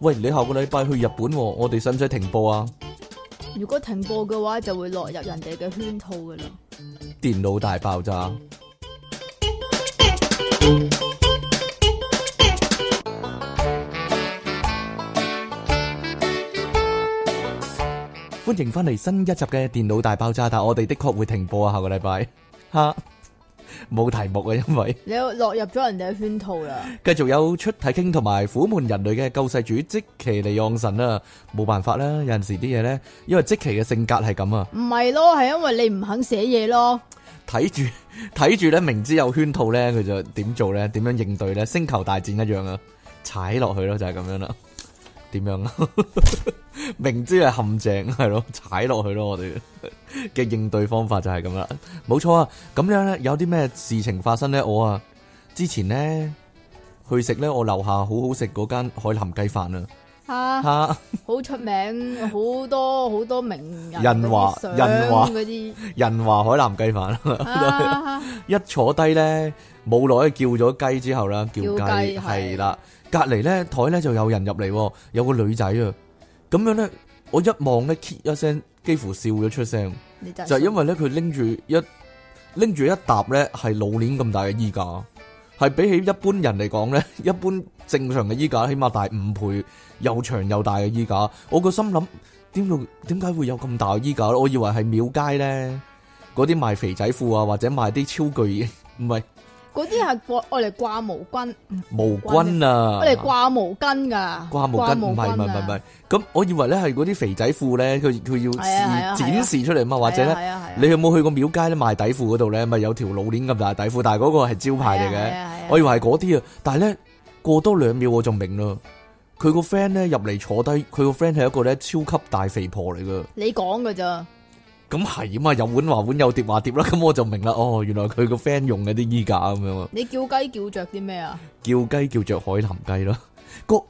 喂，你下個禮拜去日本喎，我哋使唔使停播啊？如果停播嘅話，就會落入人哋嘅圈套噶啦。電腦大爆炸。歡迎翻嚟新一集嘅電腦大爆炸，但我哋的確會停播啊，下個禮拜吓冇題目啊，因為你又落入咗人哋嘅圈套啦，繼續有出體傾同埋苦悶人類嘅救世主即其尼昂神啊，冇辦法啦，有陣時啲嘢呢，因為即其嘅性格係咁啊。唔係咯，係因為你唔肯寫嘢咯。睇住 睇住咧，明知有圈套咧，佢就點做咧？點樣應對咧？星球大戰一樣啊，踩落去咯，就係、咁樣啦。點樣啊？ 明知係陷阱，係咯，踩落去咯。我哋嘅應對方法就係咁啦。冇錯啊，咁樣咧，有啲咩事情發生咧？我啊，之前咧去食咧，我樓下好好食嗰間海南雞飯啊， 吓，嚇、好出名，好多好多名人人話話人話話嗰啲 人華海南雞飯。啊，一坐低咧，冇耐叫咗雞之後啦，叫叫雞雞係係啦。隔離咧台咧就有人入嚟喎，有個女仔啊。咁樣咧，我一望咧，咳一聲，幾乎笑咗出聲，你就就係因為為咧佢拎住一拎住一沓咧係老年咁大嘅衣架，係比起一般人嚟講咧， 一般正常嘅衣架起碼大五倍，又長又大嘅衣架。我個心諗點解點解會有咁大嘅衣架咧？我以為係廟街咧嗰啲賣肥仔褲啊，或者賣啲超巨 唔係嗰啲係掛我嚟掛毛巾，毛巾啊，我嚟掛毛巾噶，掛毛巾，唔係唔係啊唔係唔係，咁我以為咧係嗰啲肥仔褲咧，佢佢要係啊係啊示展示出嚟嘛，或者咧係啊。係啊係啊你有冇去過廟街咧賣底褲嗰度咧？咪有條老鏈咁大底褲，但係嗰個係招牌嚟係嘅。啊係啊係啊我以為係嗰啲啊，但係咧過多兩秒我就明啦。佢個 friend 咧入嚟坐低，佢個 friend 係一個咧超級大肥婆嚟噶。你講噶咋？咁係啊嘛，有碗話碗，有碟話碟啦。咁我就明啦，哦，原來佢個 friend 用嗰啲衣架咁樣啊，你叫雞叫着啲咩啊？叫雞叫着海南雞啦。 個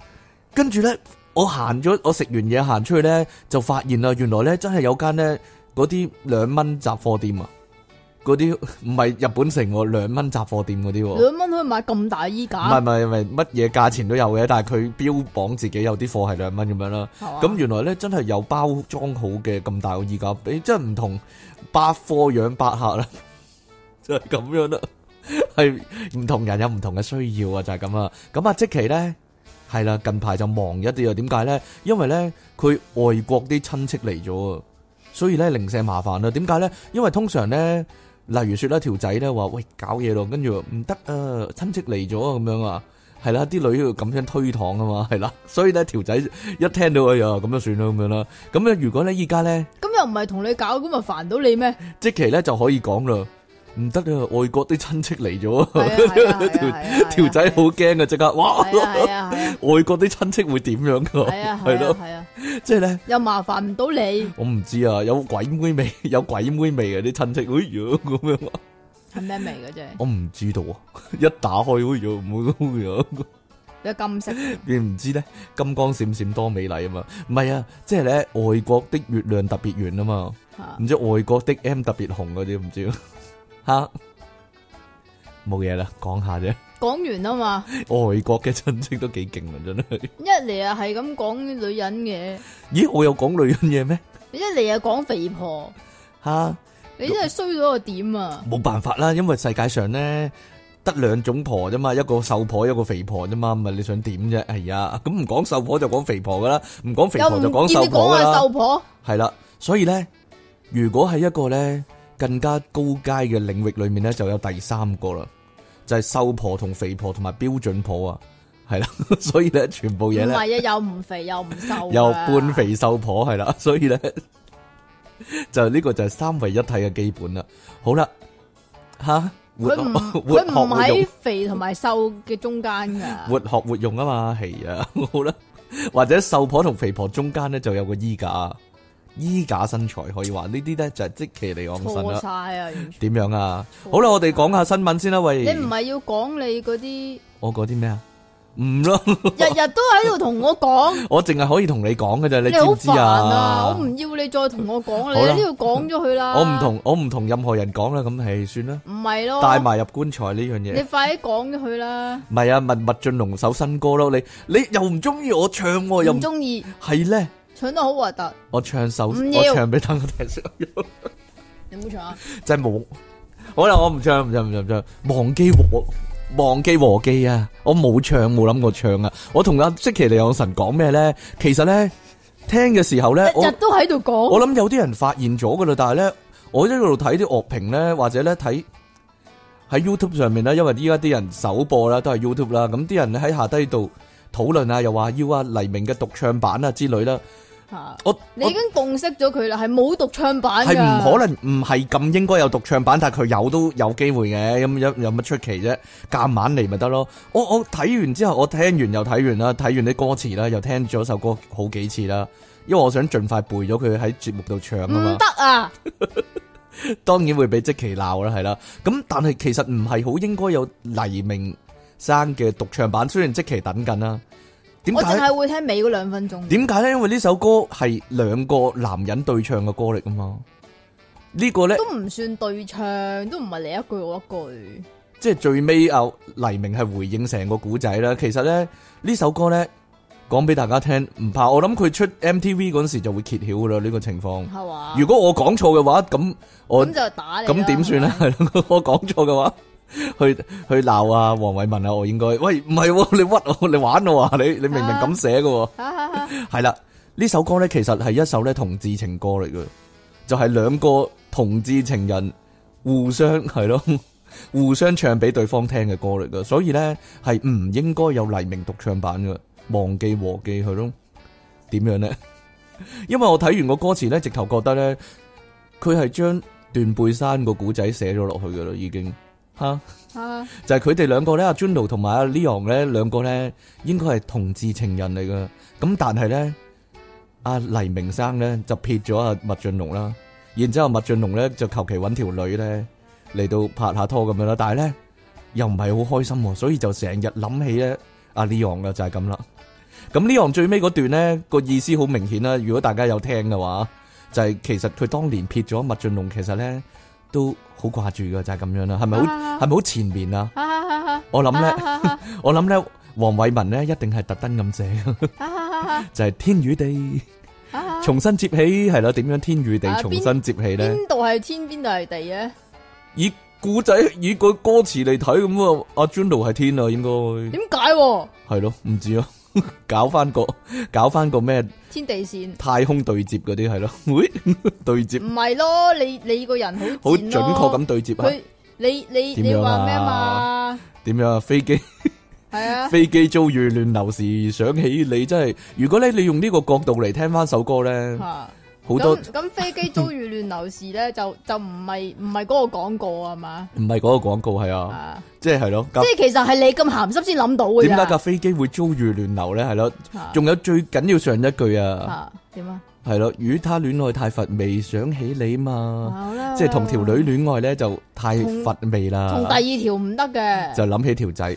跟住咧，我行咗，我食完嘢行出去咧，就發現啦，原來咧真係有間咧嗰啲兩蚊雜貨店啊，嗰啲唔係日本城喎，兩蚊雜貨店嗰啲喎。兩蚊可以買咁大衣哦唔係架唔，係唔係，乜嘢價錢都有嘅，但係佢標榜自己有啲貨係兩蚊咁樣啦。咁咁原來咧真係有包裝好嘅咁大個衣架，俾真係唔同百貨養百客啦， 就係咁樣啦。係唔同人有唔同嘅需要啊，就係咁啊。咁啊，即期咧係啦，近排就忙一啲啊。點解咧？因為咧佢外國啲親戚嚟咗啊，所以咧零舍麻煩啦。點解咧？因為通常咧，例如説咧條仔咧話喂搞嘢咯，跟住話唔得啊，親戚嚟咗啊咁樣啊。係啦，啲女要咁樣推搪啊嘛，係啦，所以咧條仔一聽到哎呀咁就算啦咁樣啦，咁咧如果咧依家咧咁又唔係同你搞，咁咪煩到你咩？即期咧就可以講啦，唔得啊，外國啲親戚嚟 咗係啊係啊係啊啊，係啊條條仔好驚啊，即刻哇，係啊係啊係啊外國啲親戚會點樣噶？係啊 係咯，係啊，即係咧。又麻煩唔到你，我唔知啊，有鬼妹味， 有鬼妹味啊！啲親戚，哎呀咁樣啊，係咩味嘅啫？我唔知道啊！ 一打開，哎呀冇咁樣，有 金色嘅，你唔知咧？金光閃閃多美麗啊嘛，唔係啊，即係咧外國的月亮特別圓啊嘛。嚇唔知外國的 M 特別紅嗰啲唔知 吓，冇嘢啦，講下啫。 講完啊嘛，外國嘅親戚都幾勁啊，真係。 一嚟啊係咁講女人嘅，咦，我有講女人嘢咩？你一嚟啊講肥婆，吓，你真係衰到個點啊！冇辦法啦，因為世界上咧得兩種婆啫嘛，一個瘦婆，一個肥婆啫嘛，唔係你想點啫？係呀，咁唔講瘦婆就講肥婆噶啦，唔講肥又婆唔就講見瘦你講婆噶話啦瘦。婆，係啦，所以咧，如果喺一個咧更加高階嘅領域裏面咧，就有第三個啦，就係、瘦婆同肥婆同埋標準婆啊，係啦， 所以咧全部唔嘢係咧啊又唔肥又唔瘦，又半，肥瘦婆係啦， 所以咧就呢個就係三位一體嘅基本啦。好啦，吓 活佢唔學活佢學唔活用喺。肥同埋瘦嘅中間噶，活學活用啊嘛，係啊， 好啦，或者瘦婆同肥婆中間咧就有個衣架，衣架身材可以話呢啲咧就係即其嚟昂神錯晒啦。啊！完全，點樣啊？錯好啦，我哋講下新聞先啦，喂， 你唔係要講你嗰啲我嗰啲咩啊？唔咯，日日都喺度同我講，我淨係可以同你講嘅啫，你你知好唔知煩啊！我啊？唔要你再同我講好啦啦，你呢度講咗佢啦。我唔，同我唔同任何人講啦，咁係算啦，唔係咯，帶埋入棺材呢樣嘢哦你。快啲講咗佢啦，唔係啊，麥麥浚龍首新歌咯，你你又唔中意我唱喎，又唔唔中意，係咧，搶得好核突，我唱首唔要我唱俾等我聽先，你冇搶啊？真係冇。好啦，我唔唱唔唱唔唱唔唱，忘記和忘記和記啊！我冇唱冇諗過唱啊！我同阿即其利昂神講咩咧？其實咧聽嘅時候咧，日我日都喺度講，我諗有啲人發現咗噶啦，但係咧，我一路睇啲樂評咧，或者咧睇喺 YouTube 上面咧，因為依家啲人首播啦，都係 YouTube 啦，咁啲人喺下低度討論啊，又話要啊黎明嘅獨唱版啊之類啦，嚇我你已經共識咗佢啦，係冇獨唱版係唔㗎，可能唔係咁應該有獨唱版，但係佢有都有機會嘅，咁有有乜出奇啫？夾硬嚟咪得咯。我我睇完之後，我聽完又睇完啦，睇完啲歌詞啦，又聽咗首歌好幾次啦，因為我想盡快背咗佢喺節目度唱啊嘛唔。得啊！當然會俾即其鬧啦，係啦。咁但係其實唔係好應該有黎明生嘅獨唱版，雖然即其等緊啦。點我淨解？係會聽尾嗰兩分鐘。點解呢？因為呢首歌係兩個男人對唱嘅歌嚟噶嘛。呢、個呢，都唔算對唱，都唔係你一句我一句，即係最尾啊，黎明係回應成個古仔啦。其實呢，呢首歌呢，講俾大家聽，唔怕。我諗佢出 MTV 嗰陣時就會揭曉噶啦呢個情況。係嘛？如果我講錯嘅話，咁我啊咁就打你啦。咁點算咧？係咪？係咯， 我講錯嘅話，去去鬧啊黃偉文啊，我應該喂唔係喎，你屈我，你玩我啊！你你明明咁寫嘅喎，哈哈哈係啦，呢首歌咧其實係一首咧同志情歌嚟嘅，就係、兩個同志情人互相係咯， 互相唱俾對方聽嘅歌嚟嘅，所以咧係唔應該有黎明獨唱版嘅，忘記和記係咯，點樣咧？ 因為我睇完個歌詞咧，直頭覺得咧，佢係將斷背山個古仔寫咗落去嘅啦，已經吓。哈就係佢哋兩個咧，阿 Juno 同埋阿 Leon 咧，兩個咧應該係同志情人嚟噶。咁但係咧，阿黎明生咧就撇咗阿麥浚龍啦，然之後麥浚龍咧就求其揾條女咧嚟到拍下拖咁樣啦。但係咧又唔係好開心喎，所以就成日諗起咧阿 Leon 噶就係咁啦。咁 Leon 最尾嗰段咧個意思好明顯啦，如果大家有聽嘅話，就係、其實佢當年撇咗麥浚龍，其實咧都好掛住噶，就係、咁樣啦，係咪好啊係咪好前面啊？哈哈哈！我諗咧，哈哈哈我諗咧，黃偉文咧一定係特登咁寫， 哈哈就係天與地哈！重新接起，係啦，點樣天與地啊重邊新接起咧？邊度係天，邊度係地啊？以故仔以個歌詞嚟睇咁啊，阿 Juno 係天啊，應 該點解喎？係咯，唔知啊，搞翻個搞翻個咩 天地線太空對接嗰啲係咯，會對接唔係咯？你你個人好好準賤咯確咁對接啊？佢你你點你樣啊話咩嘛？ 點樣啊？飛機？係啊，飛機遭遇亂流時，想起你真係，如果咧你用呢個角度嚟聽翻首歌咧，嚇好多咁咁飛機遭遇亂流時咧，就就唔係唔係嗰個廣告啊嘛？唔係嗰個廣告係啊，啊，即係係咯，即係其實係你咁鹹濕先諗到嘅點咋。解架飛機會啊遭遇亂流咧？係咯，嚇仲有最緊要上一句啊，啊，点啊？係咯，與他戀愛太乏味，想起你嘛，好啦即係同條女戀愛咧就太乏味同啦，第二條唔得 嘅，就諗起條仔。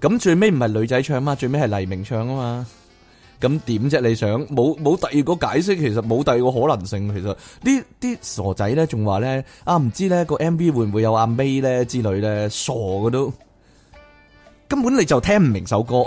咁最尾唔係女仔唱嘛，最尾係黎明唱啊嘛。咁點啫？你想冇冇第二個解釋？其實冇第二個可能性。其實呢啲傻仔咧，仲話咧啊，唔知咧個 M V 會唔會有阿 May 咧之類咧，傻嘅都根本你就聽唔明首歌。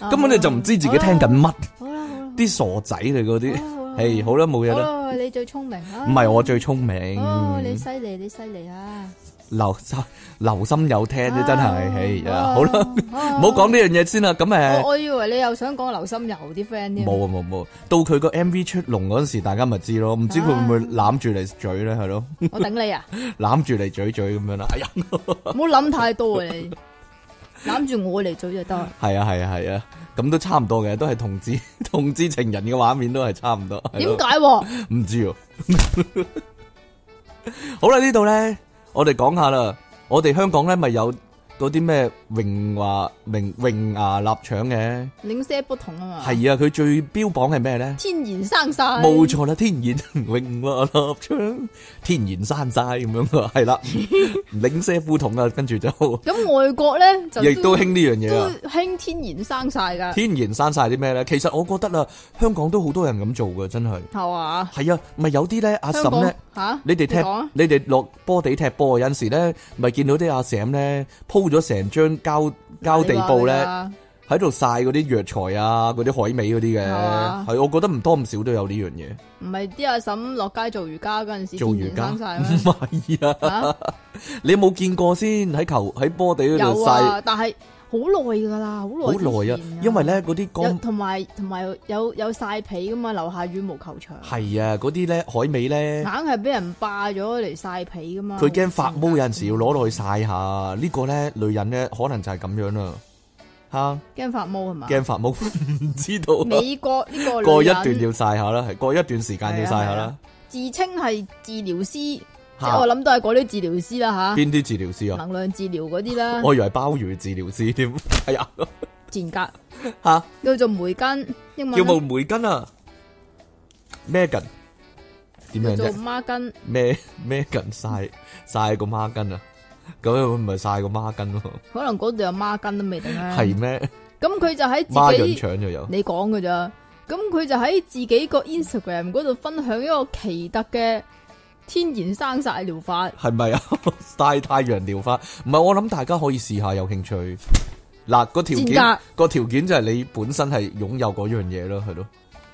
啊根本你就唔知自己聽緊。乜，好啦好啦，啲傻仔嚟嗰啲。好啦唉，好啦，冇嘢好啦。啦，你最聰明啊！唔係我最聰明，哦，嗯你犀利，你犀利啊！留心留心有聽啫，真係。唉呀，啊好啦，唔唔好講呢樣嘢先啦。咁我誒，我以為你又想講劉心悠啲 friend 添。冇啊冇冇，到佢個 M V 出籠嗰陣時，大家咪知咯。唔知佢會唔會攬住嚟嘴咧，係咯，我頂你啊！攬住嚟嘴嘴咁樣啦。哎呀，唔好諗太多啊 你，攬住我嚟嘴就得。係啊係啊係啊，咁都差唔多嘅，都係同志 同志情人嘅畫面都係差唔多。係點咯解喎？唔 知啊。好啦，呢度咧，我哋講下啦。我哋香港咧咪有嗰啲咩榮華榮榮牙臘腸嘅，零舍不同啊嘛，係啊，佢最標榜係咩咧？天然生晒，冇錯啦，天 然榮華臘腸，天然山寨咁樣啊，係啦，領些夫桶啊，跟住就咁外國咧就亦都興呢樣嘢啊。都興天然生晒㗎，天然生晒啲咩咧？其實我覺得啊，香港都好多人咁做嘅，真係。係嘛？係啊，咪有啲咧，阿香嬸港咧，吓，你哋你講踢啊，你哋落波地踢波，有陣時咧，咪見到啲阿嬸咧鋪咗成張膠膠地 à. 布咧，喺度晒嗰啲藥材啊，嗰啲海味嗰啲嘅。係嘛係，我覺得唔多唔少都有呢樣嘢。你話，唔係啲阿嬸落街做瑜伽嗰陣時，做天瑜伽然生唔晒 咩？係啊，嚇你有冇見過先喺球喺波地嗰有度晒啊，但係好耐㗎啦，好好耐耐啊之前㗎，因為咧嗰啲有乾同埋同埋有有晒被噶嘛，樓下羽毛球場係啊，嗰啲咧海味咧。硬係俾人霸咗嚟晒被噶嘛。佢驚發啊毛，有陣時要攞落去晒下。呢個咧，女人咧可能就係咁樣啦。嚇，驚發毛係嘛？驚發毛， 唔知道啊。美國呢 個過女一段人要晒下啦，係過一段時間要晒下啦。自稱係治療師，即係我嚇，諗都係嗰啲治療師啦邊啲治療師吓，啊？能量治療嗰啲啦，我以為鮑魚治療師添。 哎呀，賤格嚇，叫做梅根，英叫文冇呢梅根啊，Megan 點樣叫做啫？孖根，咩 Megan 晒晒個孖筋啊？咁樣咪晒個孖筋咯？可能嗰度有孖根都未定啦。係咩？咁佢就喺孖自潤己腸就有。你講噶咋？咁佢就喺自己個 Instagram 嗰度分享一個奇特嘅天然生晒療法。系咪啊？晒 太陽療法，唔係我諗大家可以試下，有興趣。嗱，個條賤件格個條件就係你本身係擁有嗰樣嘢咯，係咯。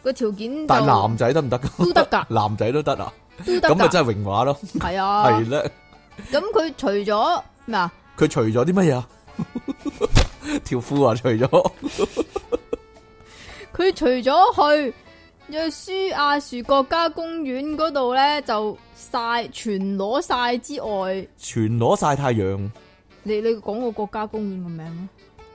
個條件但就男仔得唔得㗎？ 都得㗎男仔都得啊，都得咁咪㗎，真係榮華咯，係啊。係咧。咁佢除咗咩啊？佢除咗啲乜嘢啊？ 條褲啊，除咗佢除咗去約書亞樹國家公園嗰度咧，就晒全裸晒之外，全裸晒太陽。你你講個國家公園個名啊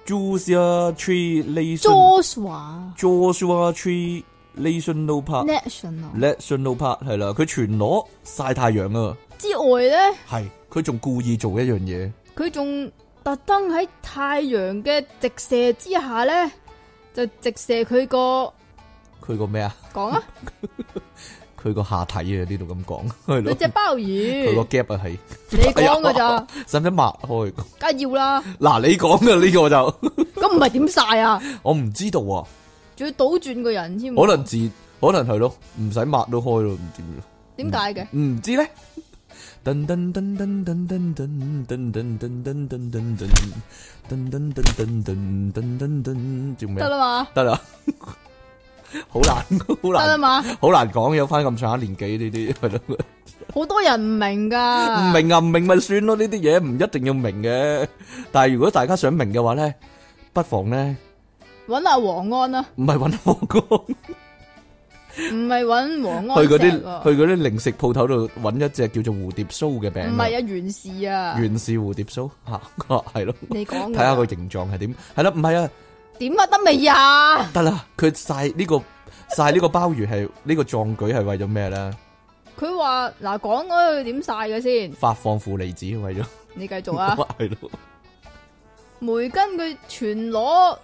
Joshua Tree Nation ？Joshua Joshua Tree National Park National National Park 係啦，佢全裸晒太陽啊，之外咧，係佢仲故意做一樣嘢。佢仲特登喺太陽嘅直射之下咧，就直射佢個佢個咩啊？講啊，佢個下體啊，呢度咁講，係你咯隻，鮑佢個魚， gap 啊係，哎你講噶咋？使唔使抹開？梗係要啦，嗱，你講嘅呢個就咁唔係點晒啊？我唔知道啊，仲要倒轉個人添，可能自可能係咯，唔使抹都開咯，唔知咯點解嘅？唔知咧。噔噔噔噔噔噔噔噔噔噔噔噔噔噔噔噔噔噔噔噔噔噔，做咩得啊？啦嘛，得啦， 好難，好得啦難，嘛，好難講，有翻咁上下年紀呢啲 係咯。好多人唔明唔噶，明啊，唔明咪算咯，呢啲嘢唔一定要明嘅。但系如果大家想明嘅話咧，不妨咧搵阿黃安啦，唔係揾我 哥，唔係搵黃安去嗰啲石喎去嗰啲零食鋪頭度揾一隻叫做蝴蝶酥嘅餅唔啊，係啊，袁氏啊，原是蝴蝶酥 吓，係咯，你講睇嘅下個形狀係點，係啦，唔係啊，點啊得未啊？得啦，佢晒呢個晒呢個鮑魚係呢個壯舉係為咗咩咧？佢話嗱講嗰個點晒嘅先，發放負離子為咗，你繼續啊。 係咯，梅根佢全裸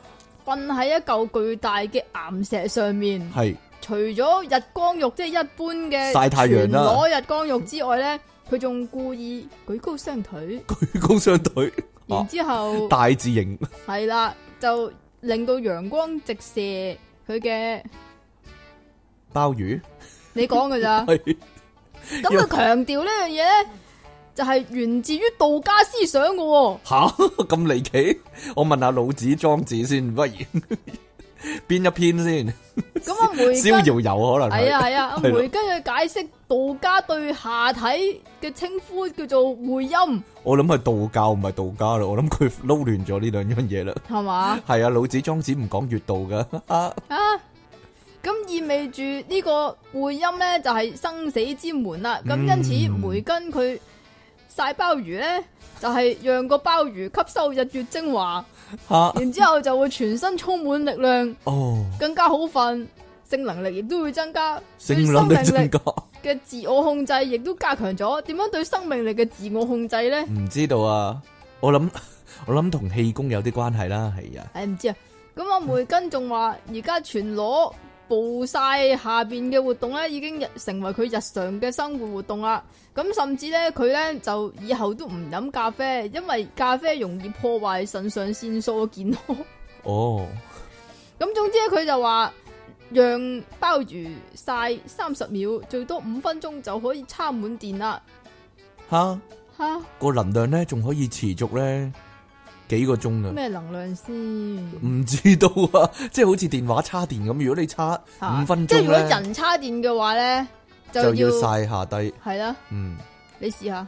瞓喺一嚿巨大嘅岩石上面，係除咗日光浴即係一般嘅曬太陽啦全裸日光浴之外咧，佢仲故意舉高雙腿， 舉高雙腿，然之 後大字型。係啦，就令到陽光直射佢嘅，鮑魚你講 嘅咋？係咁佢強調呢樣嘢咧，就係源自於道家思想嘅喎。吓咁離奇，我問下老子、莊子先，不如 邊一篇先？咁啊，梅逍根遙遊可能係啊係係 啊，阿係咯梅根佢解釋道家對下體嘅稱呼叫做會陰，我諗係道教唔係道家啦，我諗佢撈亂咗呢兩樣嘢 啦。係嘛係啊，老子、莊子唔講月道噶，啊啊？咁意味住呢個會陰咧就係生死之門啦。咁因此嗯梅根佢晒鮑魚咧，就係讓個鮑魚吸收日月 精華，吓然之後就會全身充滿力量，哦，更加好瞓，性能力亦都會增加，性對能生力命增力加，嘅自我控制亦都加強咗。點樣對生命力嘅自我控制咧？唔知道啊。我諗我諗同氣功有啲關係啦，係啊，唉，唔知啊。咁阿梅根仲話，而家全裸暴晒下邊嘅活動咧，已經日成為佢日常嘅生活活動啦。咁甚至咧，佢咧就以後都唔飲咖啡，因為咖啡容易破壞腎上腺素嘅健康。哦，咁總之咧，佢就話讓鮑魚晒三十秒，最多五分鐘就可以插滿電啦。吓吓，個能量咧仲可以持續咧幾個鐘啊！咩能量先？唔知道啊， 即係好似電話叉電咁，如果你叉嚇五分即係如鐘果咧，人叉電嘅話咧，就就要要晒下低，係啦，嗯。 你試下。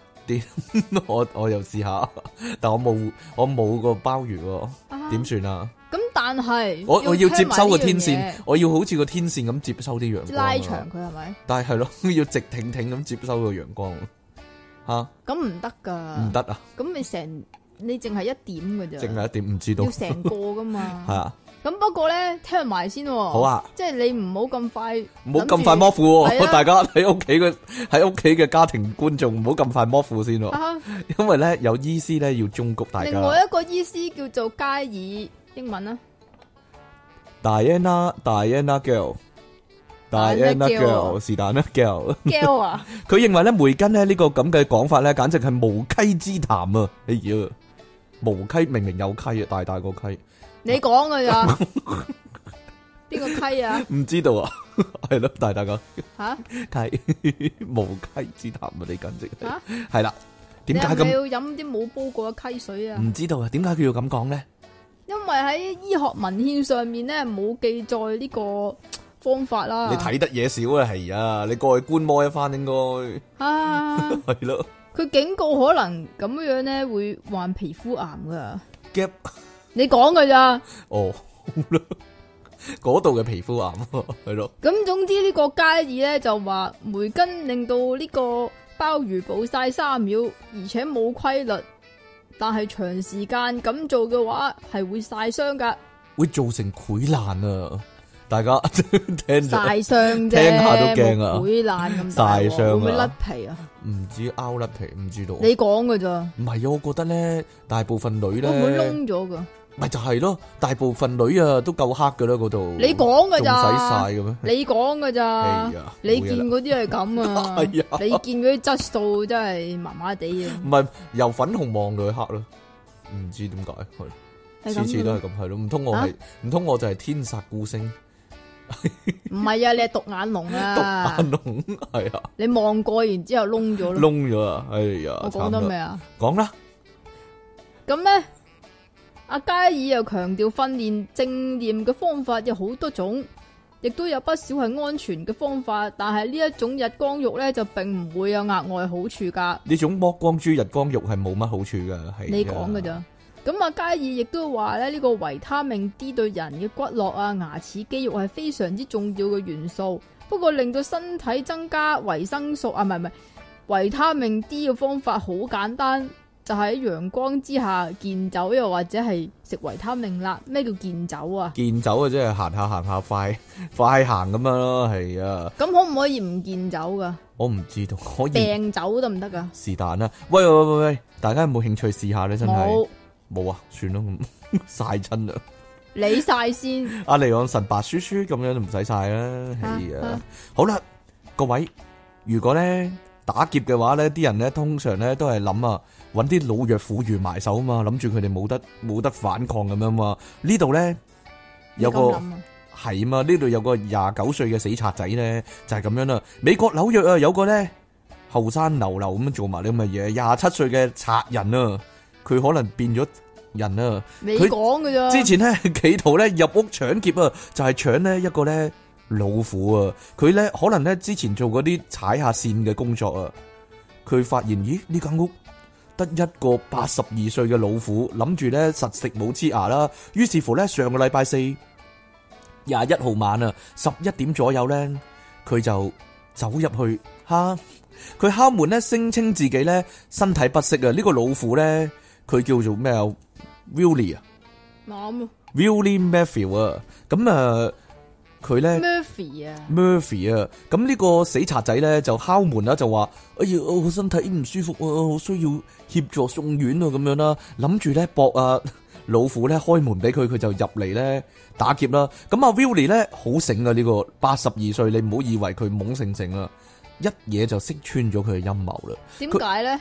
我我又試下， 但我冇我冇個鮑魚喎，啊點算啊？咁但係我我要接收個個天線，我要好似個天線咁接收啲陽光啊。拉長佢係咪？但係係咯， 要直挺挺咁接收個陽光。吓咁唔得噶，唔。得啊，咁你成你淨係一點噶咋？淨係一點唔知道要成個噶 係嘛。啊，咁不過咧，聽埋先。好好。啊，哦即係你唔好咁快，唔唔好咁快摸褲係喎，啊大家喺屋企嘅喺屋企嘅家庭觀眾唔好咁快摸褲先喎，啊因為咧有醫師咧要忠告大另家。外一個醫師叫做加爾，英 文啊， Diana Diana girl Diana Diana girl girl 是但啦 girl。 Gale 啊，佢認為咧梅根咧呢個咁嘅講法咧，簡直係無稽之談啊！哎呀，無稽明明有稽啊， 大大個稽，你講噶 咋？邊個溪啊？唔知道啊，係咯，大大個吓稽， 無稽之談啊！你簡直係吓，係啦，你點解係咪咁？要飲啲冇煲過嘅溪水啊？唔知道啊，點解佢要咁講咧？因為喺醫學文獻上面咧冇記載呢個方法啦。你睇得嘢少啊，係啊，你過去觀摩一番應該啊，係咯佢警告可能咁樣咧會患皮膚癌噶。 ，gap 你講噶咋？哦，好啦，嗰度嘅皮膚癌啊係 咯，咁總之呢個加爾咧就話梅根令到呢個鮑魚暴晒三秒，而且冇規律，但係長時間咁做嘅話係會晒 傷噶，會造成潰爛啊！大家 聽住。晒傷啫，聽下都驚啊冇潰爛咁大鑊晒傷啊會唔會甩皮啊？唔知拗甩皮，唔知道。你講噶咋？唔係啊，我覺得咧，大部分女會唔會咧，窿咗噶？咪就係咯，大部分女啊都夠黑噶啦嗰度。你講噶仲使晒咋？嘅咩？你講噶咋哎？呀，你冇嘢見啦嗰啲係咁啊 哎呀，你見嗰啲質素真係麻麻地啊，唔係由粉紅望到去黑咯，唔知點解係係次咁次嘅都咩係咁係咯，唔通我係唔通我就係天煞孤星唔係啊，你係獨眼龍 獨啊，眼龍係啊你望過然之後窿咗咯。窿咗 啊！啊哎呀，我講慘得未啦，啊？講啦，咁咧，阿加爾又強調訓練正念嘅方法有好多種，亦都有不少係安全嘅方法，但係呢一種日光浴咧就並唔會有額外好處噶。呢種剝光豬日光浴係冇乜好處噶，係你講噶咋？咁啊，加爾亦都話咧，呢、個維他命 D 對人嘅骨骼啊、牙齒、肌肉係非常之重要嘅元素。不過令到身體增加維生素啊，唔係唔係維他命 D 嘅方法好簡單，就喺、陽光之下健走，又或者係食維他命啦。咩叫健走啊？健走啊，即係行下行下快快行咁樣咯，係啊。咁可唔可以唔健走噶？我唔知道，可以病走得唔得噶？是但啦。喂喂喂喂，大家有冇興趣試下咧？真係冇，冇啊，算啦咁 晒親啦。你晒先。阿尼昂神白舒舒咁樣就唔使晒啦。係啊啊啊，好啦，各位，如果咧打劫嘅話咧，啲人咧通常咧都係諗啊，揾啲老弱婦孺埋手啊嘛，諗住佢哋冇得冇得反抗咁樣啊嘛。呢度咧有你咁個諗。啊係嘛？呢度有個廿九歲嘅死賊仔咧，就係、咁樣啦。美國紐約啊，有個咧後生流流咁樣做埋啲咁嘅嘢，廿七歲嘅賊人啊，佢可能變咗人啊。你佢講噶咋？之前咧企圖咧入屋搶劫啊，就係、搶呢一個咧老虎啊。佢咧可能咧之前做嗰啲踩下線嘅工作啊，佢發現咦呢間屋。得一個八十二歲嘅老虎，諗住咧實食冇黐牙啦。於是乎咧，上個禮拜四廿一號晚啊，十一點左右咧，佢就走入去哈。佢敲門咧，聲稱自己咧身體不適啊。呢、個老虎咧，佢叫做咩啊？Willie 啊啱啊， ，Willie Matthew 啊。咁啊，佢咧。 Murphy 啊， Murphy 啊，咁呢個死賊仔咧就敲門啦，就話：哎呀，我身體唔舒服啊，我需要協助送院啊，咁樣啦，諗住咧搏啊老虎咧開門俾佢，佢就入嚟咧打劫啦。咁啊 Willie 咧好醒啊，呢個八十二歲，你唔好以為佢懵盛盛啊，一嘢就識穿咗佢嘅陰謀啦。點解咧？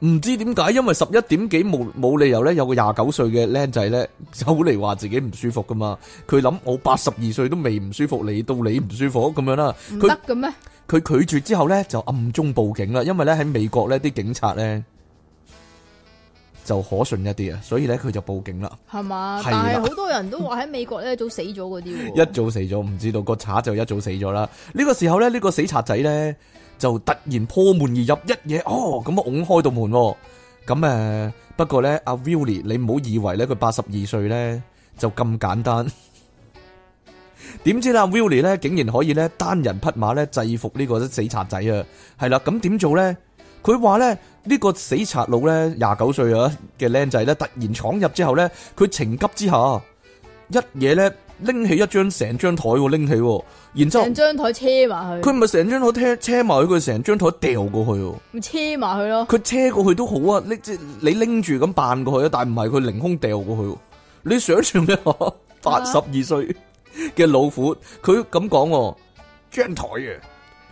唔知點解，因為十一點幾冇冇理由咧，有個廿九歲嘅僆仔咧 走嚟話自己唔舒服噶嘛。佢諗我八十二歲都未唔舒服，你到你唔舒服咁樣啦。唔佢得嘅咩？佢拒絕之後咧，就暗中報警啦。因為咧喺美國咧，啲警察咧就可信一啲啊，所以咧佢就報警啦。係嘛？係啦但係好多人都話喺美國咧早死咗嗰 啲一喎，早死咗，唔知道個賊就一早死咗啦。呢、個時候咧，呢、個死賊仔咧就突然破門而入，一嘢哦咁啊，拱開道門喎。咁誒、呃不過咧，阿 Willie，你唔好以為咧佢八十二歲咧就咁簡單。點知啦，Willie 咧竟然可以咧單人匹馬咧制服呢個死賊仔啊！係啦，咁點做咧？佢話咧呢個死賊佬咧廿九歲啊嘅僆仔咧，突然闖入之後咧，佢情急之下一嘢咧拎起一張成張台喎，拎起喎，然之後成張台車埋佢去，唔係成張台車車埋去，佢成張台掉過去喎。咪車埋去咯。佢車過去都好啊，你即你拎住咁扮過去啊，但唔係佢凌空掉過去喎。你想象一下，八十二歲嘅老虎，佢咁講喎，啊張台啊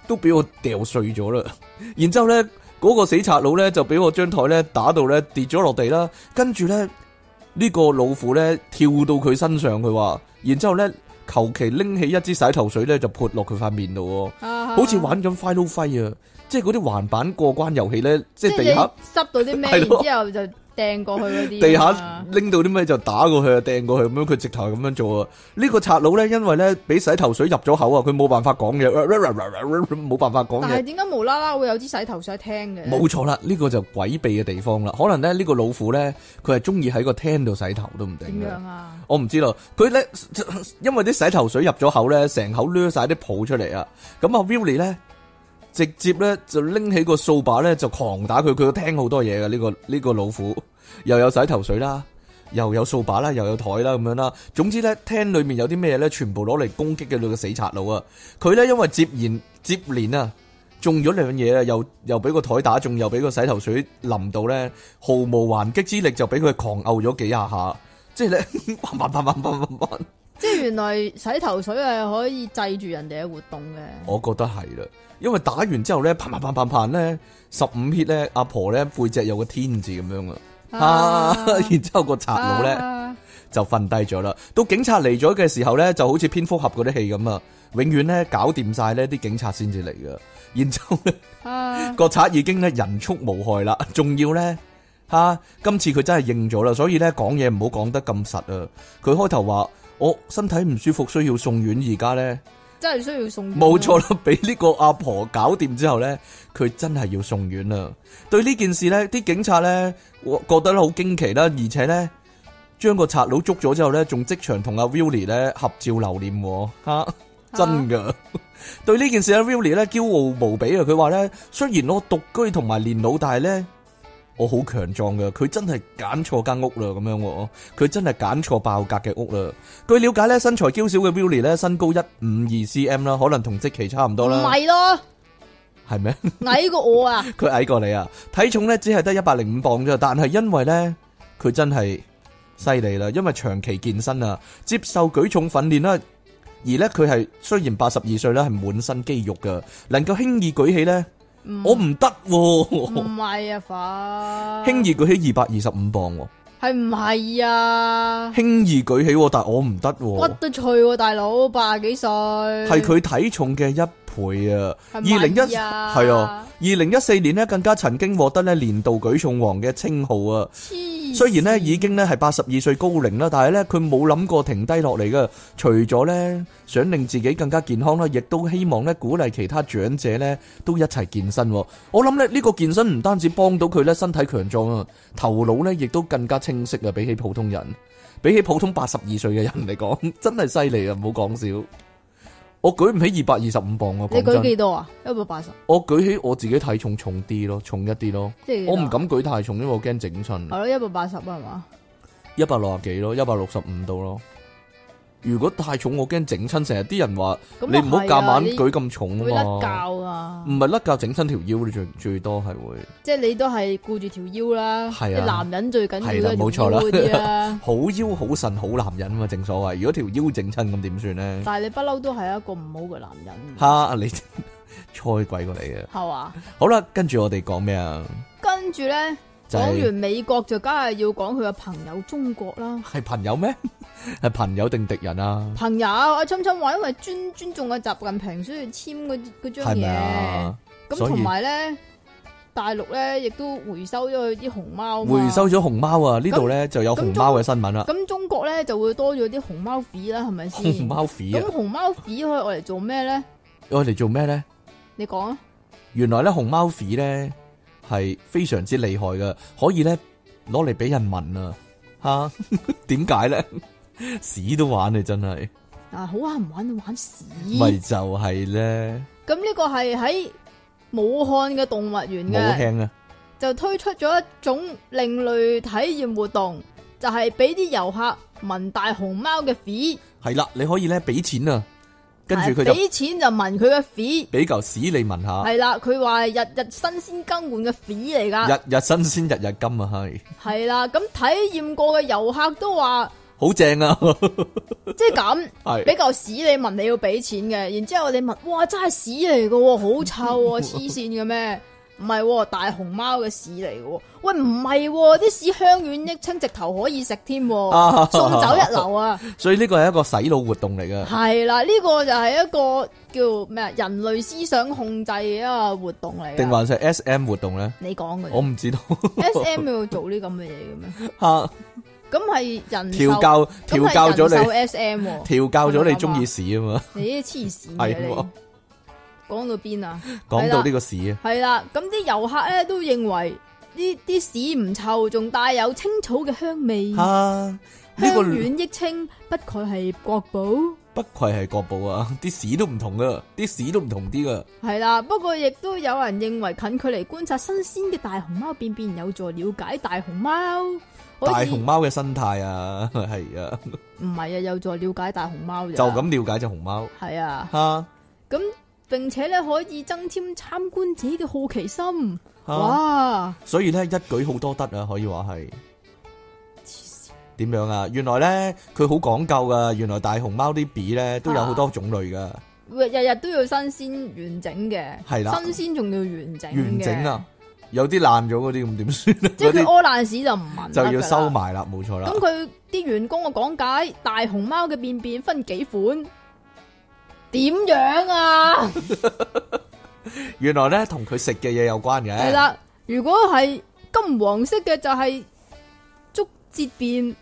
都俾我掉碎咗啦。 然之後咧，嗰、個死賊佬咧就俾我張台咧打到咧跌咗落地啦。跟住咧，呢、個老虎咧跳到佢身上，佢話，然之後咧求其拎起一支洗頭水咧就潑落佢塊面度喎。好好似玩緊 Final Fight 啊，即係嗰啲橫版過關遊戲咧，即即係係地下你濕到啲咩，係然咯之後就掟過去嗰啲啊。地下拎到啲咩就打過去啊，掟過去咁樣，佢直頭係咁樣做啊。呢個賊佬咧，因為咧俾洗頭水入咗口啊，佢冇辦法 講嘢，冇辦法講但係嘢。點解無啦啦會有支洗頭水聽嘅？冇錯啦，呢個就詭秘嘅地方啦。可能咧呢個老虎咧，佢係中意喺個廳度洗頭都唔點定嘅。樣啊？我唔知啦，佢咧 因為啲洗頭水入咗口咧，成口掠晒啲泡出嚟啊！咁啊 Willie 咧，直接咧就拎起個掃把咧就狂打佢，佢都聽好多嘢嘅呢個呢、個老虎，又有洗頭水啦，又有掃把啦，又有台啦咁樣啦。總之咧，廳裏面有啲咩咧，全部攞嚟攻擊嘅你個死賊佬啊！佢咧因為接連接連啊。中咗兩嘢啊！又又俾個台打中，又俾個洗頭水淋到咧，毫無還擊之力就俾佢狂毆咗幾下下，即係咧，砰砰砰砰砰砰砰，即係原來洗頭水係可以制住人哋嘅活動嘅。我覺得係啦，因為打完之後咧，砰砰砰砰砰咧，十五 hit 咧，阿婆咧背脊有個天字咁樣啊， 啊，然之後個賊佬咧。啊就瞓低咗啦。到警察嚟咗嘅時候呢，就好似蝙蝠俠嗰啲戲咁啊，永遠呢搞掂晒呢啲警察先至嚟噶。然之後呢，啊個賊已經呢人畜無害啦，仲要呢，吓、今次佢真係應咗啦，所以呢，講嘢唔好講得咁實啊。佢開頭話我身體唔舒服，需要送院，而家呢，真係需要送。冇錯。啦，俾呢個阿婆搞掂之後呢，佢真係要送院啦。對呢件事呢，啲警察呢，我覺得好驚奇啦，而且呢，將個賊佬捉咗之後呢，仲即場同阿 Willie 呢合照留念喎，吓真噶。對呢件事呢 Willie 呢驕傲無比啊！佢話呢，雖然我獨居同埋年老，但係呢，我好強壯噶。佢真係揀錯間屋啦，咁樣喎，佢真係揀錯爆格嘅屋啦。據了解呢，身材嬌小嘅 Willie 呢，身高一五二 cm 啦，可能同即期差唔多唔啦，係咯，係咩？ 矮過我啊！佢矮過你啊，體重咧只係得一百零五磅啫，但係因為咧佢真係犀利啦，因為長期健身啊，接受舉重訓練啦，而咧佢係雖然八十二歲啦，係滿身肌肉噶，能夠輕易舉起咧，唔我唔得喎，唔係啊，法輕易舉起二百二十五磅喎，係唔係啊？輕易舉起喎，但係我唔得骨喎，都脆喎，大佬八十幾歲，係哦係佢體重嘅一倍啊！二二零一係啊係啊，二零一四年咧更加曾經獲得咧年度舉重王嘅稱號啊！黐雖然咧線已經咧係八十二歲高齡啦，但係咧佢冇諗過停低落嚟嘅。除咗咧想令自己更加健康啦，亦都希望咧鼓勵其他長者咧都一齊健身喎。我諗咧呢個健身唔單止幫到佢咧身體強壯啊，頭腦咧亦都更加清晰啊，比起普通人，比起普通八十二歲嘅人嚟講， 真係犀利啊！唔好講笑，我舉唔起二百二十五磅啊！你講舉真，幾多啊？一百八十，我舉起我自己體重重啲咯，重一啲咯，即係我唔敢舉太重，因為我驚整親啊係。咯，一百八十啊係嘛？一百六十幾咯，一百六十五度咯，如果太重，我驚整親，成日啲人話咁啊你唔好夾夾硬舉咁重會甩啊嘛，教啊唔，係甩臼整親條腰，你最最多係會即係你都係顧住條腰啦，係啊啲男人最係緊啦要都冇係條錯啦腰嗰啲 ，啊啦好腰好腎好男人啊嘛，正所謂，如果條腰整親咁點算咧？但係你不嬲都係一個唔好嘅男人，哈，你 菜鬼過你嘅。係嘛？好啦，跟住我哋講咩啊？跟住咧就係講完美國就梗係要講佢嘅朋友中國啦。係朋友咩？ 係朋友定敵人啊？朋友，阿侵侵話因為尊尊重阿習近平，所以簽嗰嗰張係咪嘢。啊？咁所以同埋咧，大陸咧亦都回收咗佢啲熊貓嘛回收咗熊貓啊！呢度咧就有熊貓嘅新聞啦。咁中國咧就會多咗啲熊貓屎啦，係咪先？熊貓屎啊咁！熊貓屎可以我嚟做咩咧？我嚟做咩咧？你講啊，原來咧熊貓屎咧係非常之厲害嘅，可以咧攞嚟俾人聞啊！吓， 點解咧？屎都玩你真係，啊好玩唔玩就玩屎。咪就係咧咁呢個係喺武漢嘅動物園冇嘅，輕啊！就推出咗一種另類體驗活動，就係俾啲遊客聞大熊貓嘅屎，係啦，你可以咧俾錢啊，跟住佢係就啊俾錢就聞佢嘅屎。俾嚿屎你聞下，係啦，佢話係日日新鮮更換嘅屎嚟㗎。日日新鮮，日日金啊， 係系啦，咁體驗過嘅遊客 都話，好正啊！即係咁，係俾嚿屎你聞，你要俾錢嘅。然之后你聞，哇，真係屎嚟嘅喎，好 臭喎，黐線嘅咩？唔係喎，大熊貓嘅屎嚟嘅喎。喂，唔係喎，啲屎香軟益清，直頭可以食添喎， 啊送酒一流啊！ 所以呢個係一個洗腦活動嚟嘅，係啦，呢個就係一個叫咩啊？人類思想控制嘅一個活動嚟定嘅。還是 S M 活動咧？你講我嘅唔知道。 S M 要做呢咁嘅嘢嘅咩？ 吓，咁係人調獸，教調教咗你， S M 喎。調教咗你中意屎啊嘛！你啲黐線係嘅你喎，講到邊啊？講到呢個屎啊，係啦，咁啲遊客咧都認為呢啲屎唔臭，仲帶有青草嘅香味，香吓呢個軟益清，不愧係國寶。不愧係國寶啊！啲屎都唔同噶，啲屎都唔同啲啊噶，係啦，不過亦都有人認為近距離觀察新鮮嘅大熊貓便便有助了解大熊貓，好大似熊貓嘅生態啊， 係啊，唔係啊，有助了解大熊貓咋就咁了解只熊貓係啊，吓咁並且咧可以增添參觀者嘅好奇心。吓，哇！所以咧一舉好多得啊，可以話係。黐線點樣啊？原來咧佢好講究噶，原來大熊貓啲髀咧都有好多種類噶，日日都要新鮮完整嘅，係啦新鮮仲要完整嘅完整啊，！有啲爛咗嗰啲咁點算啊？即係佢嗰屙爛屎就唔聞啲得就要㗎啦收。埋啦，冇錯啦咁。佢啲員工嘅講解，大熊貓嘅便便分幾款，點 樣啊？原來咧同佢食嘅嘢有關嘅，係啦，如果係金黃色嘅就係竹節便，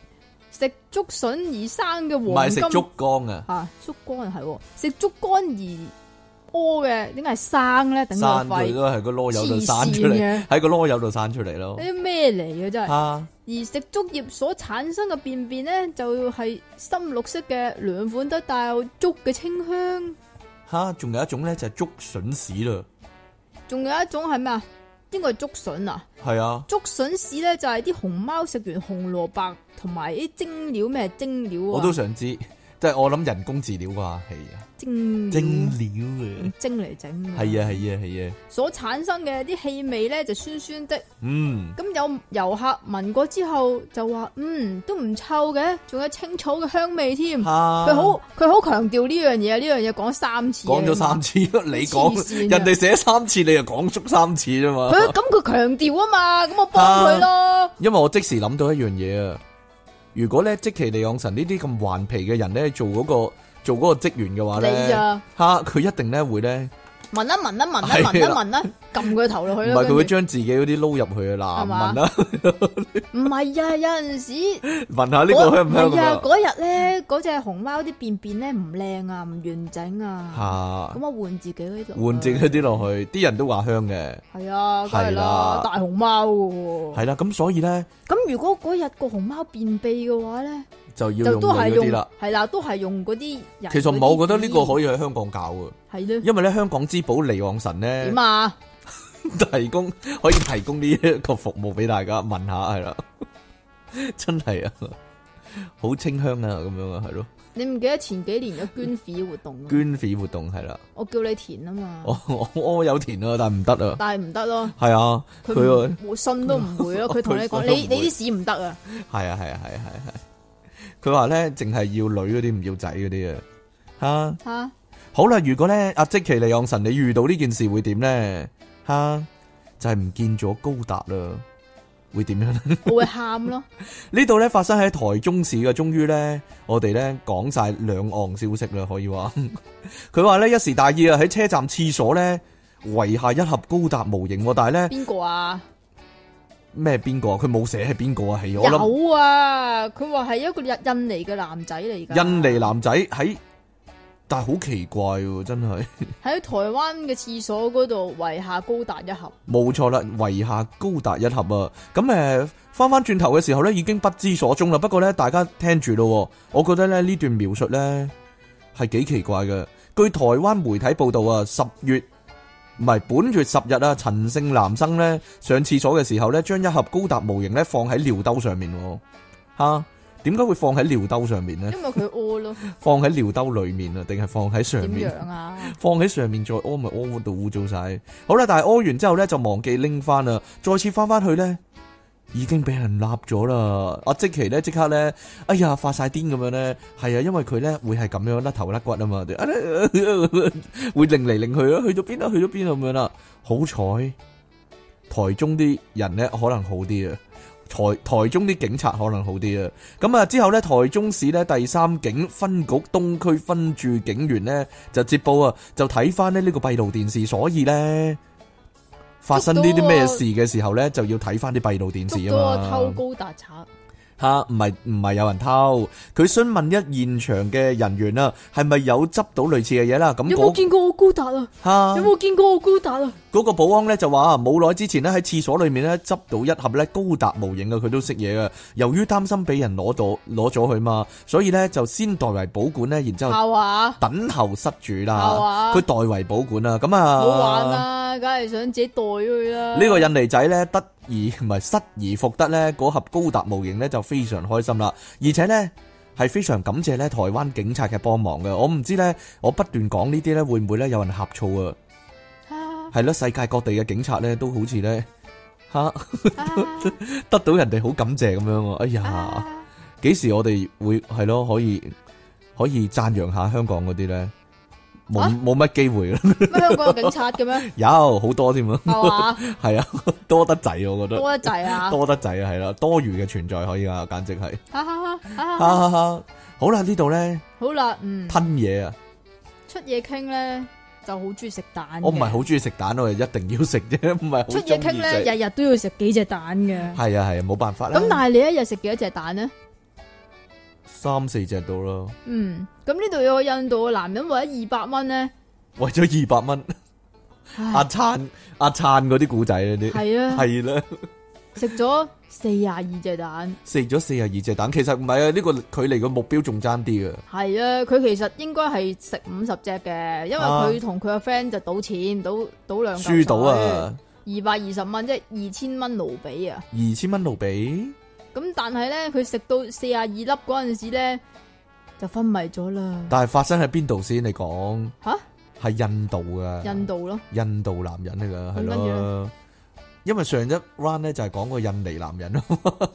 食竹筍而生唔嘅黃係金食竹竿啊，啊，竹竿係喎，食竹竿而屙嘅，點解係生咧？頂生個佢肺都係個籮柚度黐生出線嚟，嘅，呢哎喺個籮柚度生出嚟咯。啲咩嚟嘅真係？嚇而食竹葉所產生嘅便便呢，就係、深綠色嘅，兩款都帶有竹嘅清香。嚇，仲有一種咧就係竹筍屎啦，仲有一種係咩啊？應該係竹筍啊！係啊，竹筍屎呢，就係啲熊貓食完紅蘿蔔同埋啲精料咩精料啊？我都想知，即係我諗人工飼料啩，係啊，精精料料用精嚟整㗎啊，係啊，係啊，係啊，所產生嘅啲氣味呢，就酸酸的。嗯，咁有遊客聞過之後就話：嗯，都唔臭嘅，仲有青草嘅香味添。嚇，佢好啊佢好強調呢樣嘢，呢樣嘢講三次。講咗三次，你黐講線啊人哋寫三次，你又講足三次啫 嘛。佢咁佢強調啊嘛，咁我幫佢咯。因為我即時諗到一樣嘢啊，如果咧即其利昂神呢啲咁頑皮嘅人咧，做嗰、個做嗰個職員嘅話你咧，啊，吓佢一定咧會咧，聞啦聞啦聞啦係啦聞啦聞啦，撳佢頭落唔去啦。係佢會跟住將自己嗰啲撈入去啊，係嗱嘛聞啦， 唔係啊，有陣時聞下呢嗰個香唔香唔係啊咁，嗰日咧嗰只熊貓啲便便咧唔靚啊，唔完整啊。啊，咁我換自己呢度吓，換剩嗰啲落去，啲人都話香嘅，係啊，梗係係啦啦，大熊貓嘅喎。係啦，咁所以咧咁如果嗰日個熊貓便秘嘅話咧，就要就用都係佢嗰用啲啦。係啦，都係用嗰啲人。其實我覺得呢個以可以喺香港搞嘅，係咧因為咧香港之寶利昂神咧。點啊？提供可以 提供呢一個服務俾大家問下係啦，真係啊！好清香啊，咁樣啊，係咯，你唔記得前幾年有捐肥活動啊？捐哦肥活動係啦，我叫你填啊嘛，我我我有填啊，但係唔得啊，但係唔得咯，係啊，佢佢唔冇信都唔會咯。佢同你 講，佢信都你唔會你啲屎唔得啊，係啊係啊係啊係啊係啊，佢話咧淨係要女嗰啲唔要仔嗰啲啊，吓。吓好啦，如果咧阿即奇利昂神，你遇到呢件事會點咧？吓，就係唔見咗高達啦，會點樣咧？我會喊咯。 呢度咧發生喺台中市嘅，終於咧我哋咧講晒兩岸消息啦，可以話。 佢話咧一時大意啊，喺車站廁所咧遺下一盒高達模型喎，但係咧邊個 啊？咩邊個啊？佢冇寫係邊個啊？係我諗有啊，佢話係一個印印尼嘅男仔嚟㗎。印尼男仔喺，但係好奇怪喎，真係。 喺台灣嘅廁所嗰度遺下高達一盒，冇錯啦，遺下高達一盒啊！咁誒，翻翻轉頭嘅時候呢，已經不知所蹤啦。不過呢，大家聽住咯喎，我覺得咧呢段描述呢係幾奇怪嘅。據台灣媒體報道啊，十月唔係本月十日啊，陳姓男生呢上廁所嘅時候呢，將一盒高達模型呢放喺尿兜上面喎。嚇，點解會放喺尿兜上面呢？因為佢屙咯。放喺尿兜裡面啊，定係放喺上 點面？樣啊？放喺上面再屙咪屙到污糟晒。好啦，但係屙完之後咧就忘記拎翻啦，再次翻翻去咧已經俾人笠咗啦。阿即奇咧即刻咧，哎呀發晒癲咁樣咧，係啊，因為佢咧會係咁樣甩頭甩骨啊嘛， 啊會擰嚟擰去啊，去咗邊啊，去咗邊啊咁樣啦。好彩台中啲人咧可能好啲啊。台台中啲警察可能好啲啊，咁啊之後咧，台中市咧第三警分局東區分駐警員咧就接報啊，就睇翻咧呢個閉路電視，所以咧發生呢啲咩事嘅時候咧，就要睇翻啲閉路電捉視到我偷啊嘛。高達賊，吓，唔係唔係有人偷，佢詢問一現場嘅人員啦，係咪有執到類似嘅嘢啦？咁有冇嗰見過我高達啊？吓有冇見過我高達啊？嗰個保安咧就話冇耐之前咧喺廁所裏面咧執到一盒咧高達模型嘅，佢都識嘢嘅。由於擔心俾人攞到攞咗佢嘛，所以咧就先代為保管咧，然之後係話等候失主係啦。話佢，代為保管啦，咁好玩啊，啦，梗係想自己袋佢啦。呢個印尼仔咧得以唔係失而復得咧，嗰盒高達模型咧就非常開心啦，而且咧。係非常感謝咧台灣警察嘅幫忙嘅，我唔知咧，我不斷講呢啲咧會唔會咧有人呷醋啊？ 啊係咯，世界各地嘅警察咧都好似咧嚇。啊得到人哋好感謝咁樣喎，哎呀，啊幾時我哋會係咯，可以可以讚揚下香港嗰啲咧，冇啊冇乜機會啦， 乜香港有警察嘅咩？有好多添啊，係話 係啊，多得滯我覺得，多得滯啊！多得滯啊，係啦，多餘嘅存在可以啊，簡直係，哈哈哈！哈哈哈哈！好啦，呢度咧好啦，啊嗯，吞嘢啊，出嘢傾咧就好中意食蛋嘅。我唔係好中意食蛋，我係一定要食啫， 唔係出好嘢中傾意咧，食，日日都要食幾隻蛋嘅。係啊係啊，冇辦法啦咁，但係你一日食幾多隻蛋呢？三四隻到啦，嗯，咁呢度有個印度嘅男人為咗二百蚊咧，為咗二百蚊，阿唉燦阿燦嗰啲古仔嗰啲，啊係啊，係啦。食咗四廿二隻蛋，食咗四十二隻蛋，其實唔係啊，呢、個距離個目標仲爭啲嘅，係啊，佢其實應該係食五十隻嘅，因為啊佢同佢個 friend 就賭錢，賭賭兩輸到啊二百二十蚊，即係二千蚊盧比啊！二千蚊盧比，咁但係咧，佢食到四廿二粒嗰陣時咧，就昏迷咗啦，但係發生喺邊度先？你講吓係印度啊噶，印度咯，印度男人嚟噶，係咁跟住咯呢。因為上一 round 咧就係講個印尼男人咯，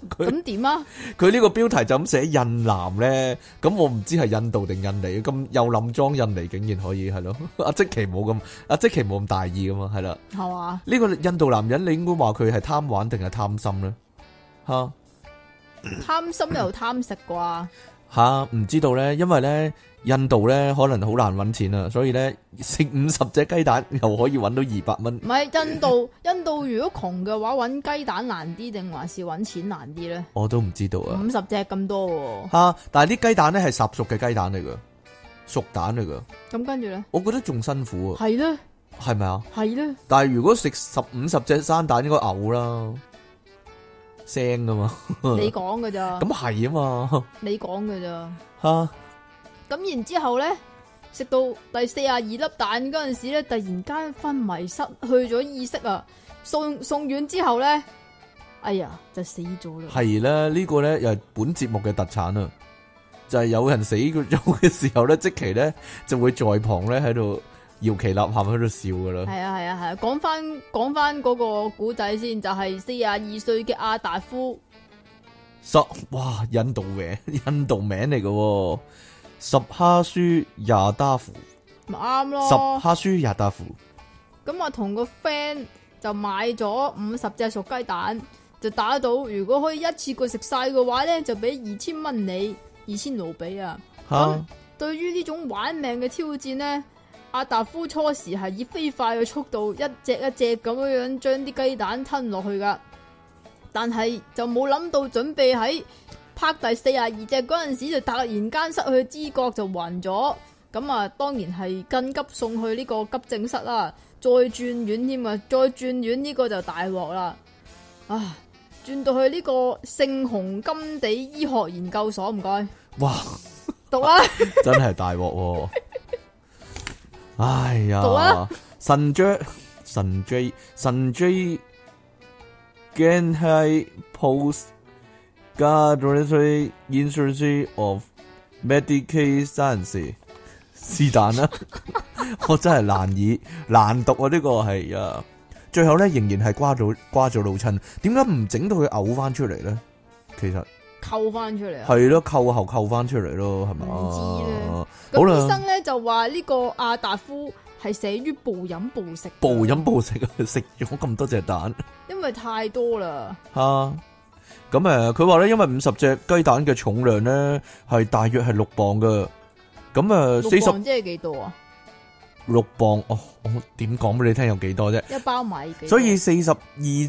佢咁點啊？ 佢呢個標題就咁寫印男咧，咁我唔知係印度定印尼，咁又冧裝印尼竟然可以係咯， 阿即奇冇咁，阿即奇冇咁大意噶嘛，係啦。係嘛？呢個印度男人你應該話佢係貪玩定係貪心咧？嚇！貪心又貪食啩？吓，唔知道咧，因為咧印度咧可能好難揾錢啊，所以咧食五十隻雞蛋又可以揾到二百蚊唔。係印度，印度如果窮嘅話，揾雞蛋難啲定還是揾錢難啲咧？我都唔知道啊五。十隻咁多喎，吓、但係啲雞蛋咧係烚熟嘅雞蛋嚟噶，熟蛋嚟噶，咁跟住咧，我覺得仲辛苦啊，係咧，係咪啊？係咧，但係如果食十五十隻生蛋應該嘔啦，腥噶嘛，你講噶咋嗯咁，係啊嘛，你講噶咋，吓、咁然之後咧。食到第四廿二粒蛋嗰陣時咧，突然間昏迷失去咗意識啊！送送院之後咧，哎呀，就死咗啦。系啦，呢個咧又係本節目嘅特產啊，就係有人死咗 嘅時候咧，即期咧就會在旁咧喺度搖旗呐喊喺度笑噶系啦，啊系啊系啊，讲翻讲翻嗰個古仔先，就係四廿二歲嘅阿達夫，十哇印度名 印度名嚟嘅喎，十哈舒廿達夫，咪啱十咯。哈舒廿達夫，咁啊，同個 friend 就買咗五十隻熟雞蛋，就打到如果可以一次過食晒嘅話咧，就俾二千蚊你，二千盧比啊。吓咁對於呢種玩命嘅挑戰呢，阿達夫初時係以飛快嘅速度一隻一隻咁樣樣將啲雞蛋吞落去噶，但係就冇諗到準備喺拍第四廿二隻嗰陣時就突然間失去知覺就暈咗，咁啊當然係緊急送去呢個急症室啦，再轉院添啊，再轉院呢個就大鑊啦，啊！轉到去呢個聖雄金地醫學研究所，唔該哇讀啊啦。真係大鑊喎，哎讀呀啊，神 J 神 J 神 J Gan Hai Post Gathering Industry of Medical Science 是但啦， 我真係難以難讀啊！呢、個係啊，最後咧仍然係瓜咗瓜咗老襯，點解唔整到佢嘔翻出嚟咧？其實 扣翻出嚟啊！係咯，扣後扣翻出嚟咯，係咪啊唔知咧好咁啦醫生咧就話呢個阿達夫係死於暴飲暴食，暴飲暴食，啊 食咗咁多隻蛋因為太多啦，吓。咁誒，佢話咧，因為五十隻雞蛋嘅重量咧係大約係六磅嘅，咁誒六四十磅即係幾多啊？六磅哦，我點講俾你聽有幾多啫？一包米幾多？所以四十二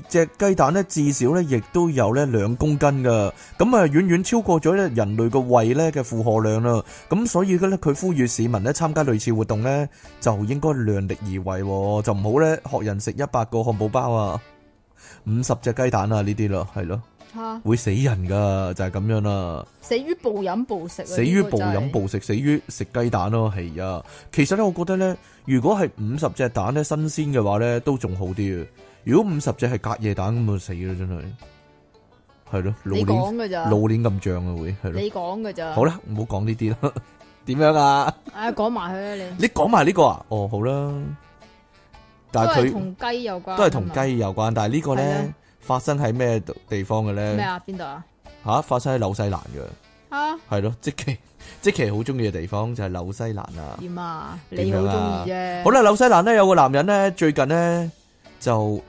隻雞蛋咧，至少咧亦都有咧兩公斤噶，咁啊遠遠超過咗咧人類個胃咧嘅負荷量啦。咁所以咧，佢呼籲市民咧參加類似活動咧，就應該量力而為喎，就唔好咧學人食一百個漢堡包啊，五十隻雞蛋啊呢啲咯，係咯，吓會死人噶，就係、咁樣啦。死於暴飲暴食啊，死於暴飲呢個真係暴食，死於食雞蛋咯，係啊。其實咧，我覺得咧，如果係五十隻蛋咧新鮮嘅話咧，都仲好啲啊。如果五十隻係隔夜蛋咁就啊死啦，真係。係咯，老你年講噶咋？老年咁脹啊會係咯。你講噶咋？好啦，唔好講呢啲啦。 點樣啊？唉，講埋佢啦你。你講埋呢個啊？哦，好啦。都但係係佢同雞有關，都係同雞有關，但係呢個係咧啊發生喺咩地方嘅係嘛咩咧？啊？邊度啊？吓，發生喺紐西蘭嘅。吓系咯，即其即其好中意嘅地方就係紐西蘭啊。點啊？點你樣好中啊意啫。好啦，紐西蘭咧有個男人咧最近咧就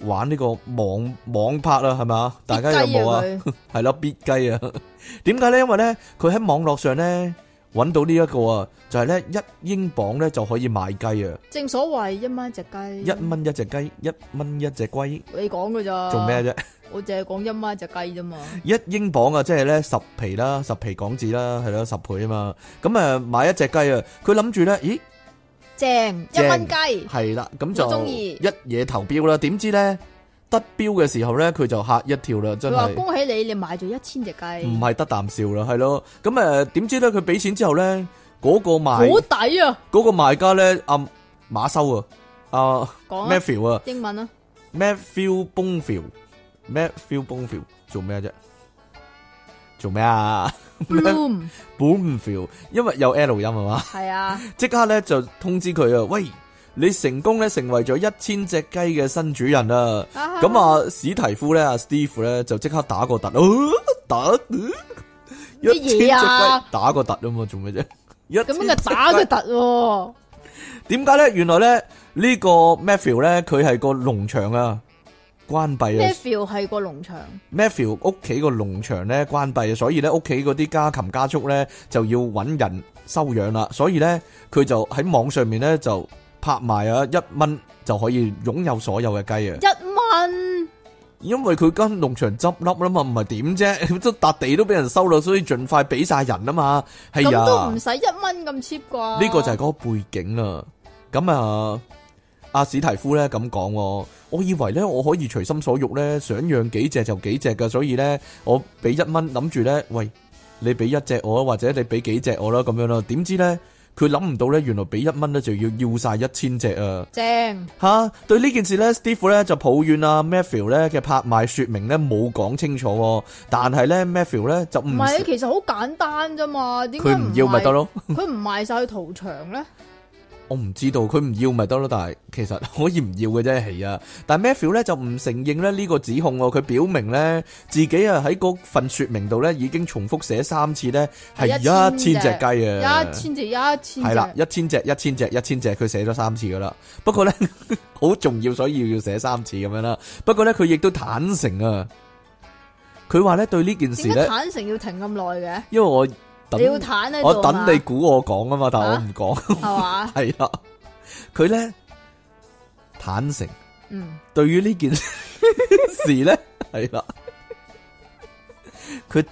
玩呢個網網拍啦，係咪啊？大家有冇啊？啲雞啊？佢係咯，必雞啊！ 點解咧？因為咧佢喺網絡上咧揾到呢一個啊，就係咧一英鎊咧就可以買雞啊，正所謂一蚊一隻一雞，蚊一隻雞，一蚊一隻龜，你講噶咋？做咩啫？ 我淨係講一蚊一隻雞啫嘛。一英磅啊，即係咧十皮啦，十皮港紙啦，係咯，十倍啊嘛。咁啊買一隻雞啊，佢諗住咧，咦？正一正蚊雞，系啦，咁就我鍾意一嘢投標啦。點知咧得標嘅時候咧，佢就嚇一跳啦，真佢話係恭喜你，你買咗一千隻雞唔，係得啖笑啦，係咯。咁诶，点知咧佢俾錢之後咧，嗰、個好賣抵啊！嗰個賣家咧，阿、馬修啊，阿、講啊 Matthew 啊英文啊， ，Matthew Bonfield，Matthew Bonfield 做咩啫？做 咩啊 bloom ？Bonfield，因為有 L 音啊嘛。係啊，即刻咧就通知佢啊，喂，你成功咧成為咗一千隻雞嘅新主人啦！咁咁啊，史提夫咧，阿 Steve 咧就即刻打個突， 哦打呃啊乜一千隻雞嘢啊打個突啊嘛，做咩啫？一咁千樣就打佢突喎，點解咧？原來咧呢個 Matthew 咧，佢係個農場啊，關閉咩啊 feel 係個農場， ，Matthew 屋企個農場咧關閉啊，所以咧屋企嗰啲家禽家畜咧就要揾人收養啦，所以咧佢就喺網上面咧就拍賣啊，一蚊就可以擁有所有嘅雞啊！一蚊因為佢間農場執笠啦嘛，唔係點啫？ 都笪地都俾人收啦，所以盡快俾晒人啊嘛。係咁都啊唔，使一蚊咁 cheap 啩？呢個就係嗰個背景啦。咁啊，阿史提夫咧咁講喎，我以為咧我可以隨心所欲咧，想養幾隻就幾隻噶，所以咧我俾一蚊諗住咧，喂，你俾一隻我啊，或者你俾幾隻我啦，咁樣啦。點知咧佢諗唔到咧，原來俾一蚊咧就要要晒一千隻啊！正，吓、對呢件事咧，Steve 咧就抱怨啊 Matthew 咧嘅拍賣說明咧冇講清楚喎，但係咧 Matthew 咧就唔唔係其實好簡單啫嘛，點解佢唔要咪賣得？咯， 佢唔賣晒去屠場咧？我唔知道佢唔要咪得咯，但係其實 可以唔要嘅啫，係啊。但係 Matthew 咧就唔承認咧呢個指控喎，佢表明咧自己啊喺嗰份說明度咧已經重複寫三次咧係係一一千千隻隻雞啊，一千隻一千隻，系啦，一千隻、一千隻、一千隻，佢寫咗三次噶啦。不過呢， 好重要，所以要寫三次咁樣啦。不過呢，佢亦都坦誠啊，佢話呢對呢件事點解呢，坦誠要停咁耐因為我嘅？你要等坦喺度我啊等嘛你估我講啊嘛，但我唔講， 係嘛？係啦。佢呢，坦誠嗯，對於呢件 事呢，係啦，佢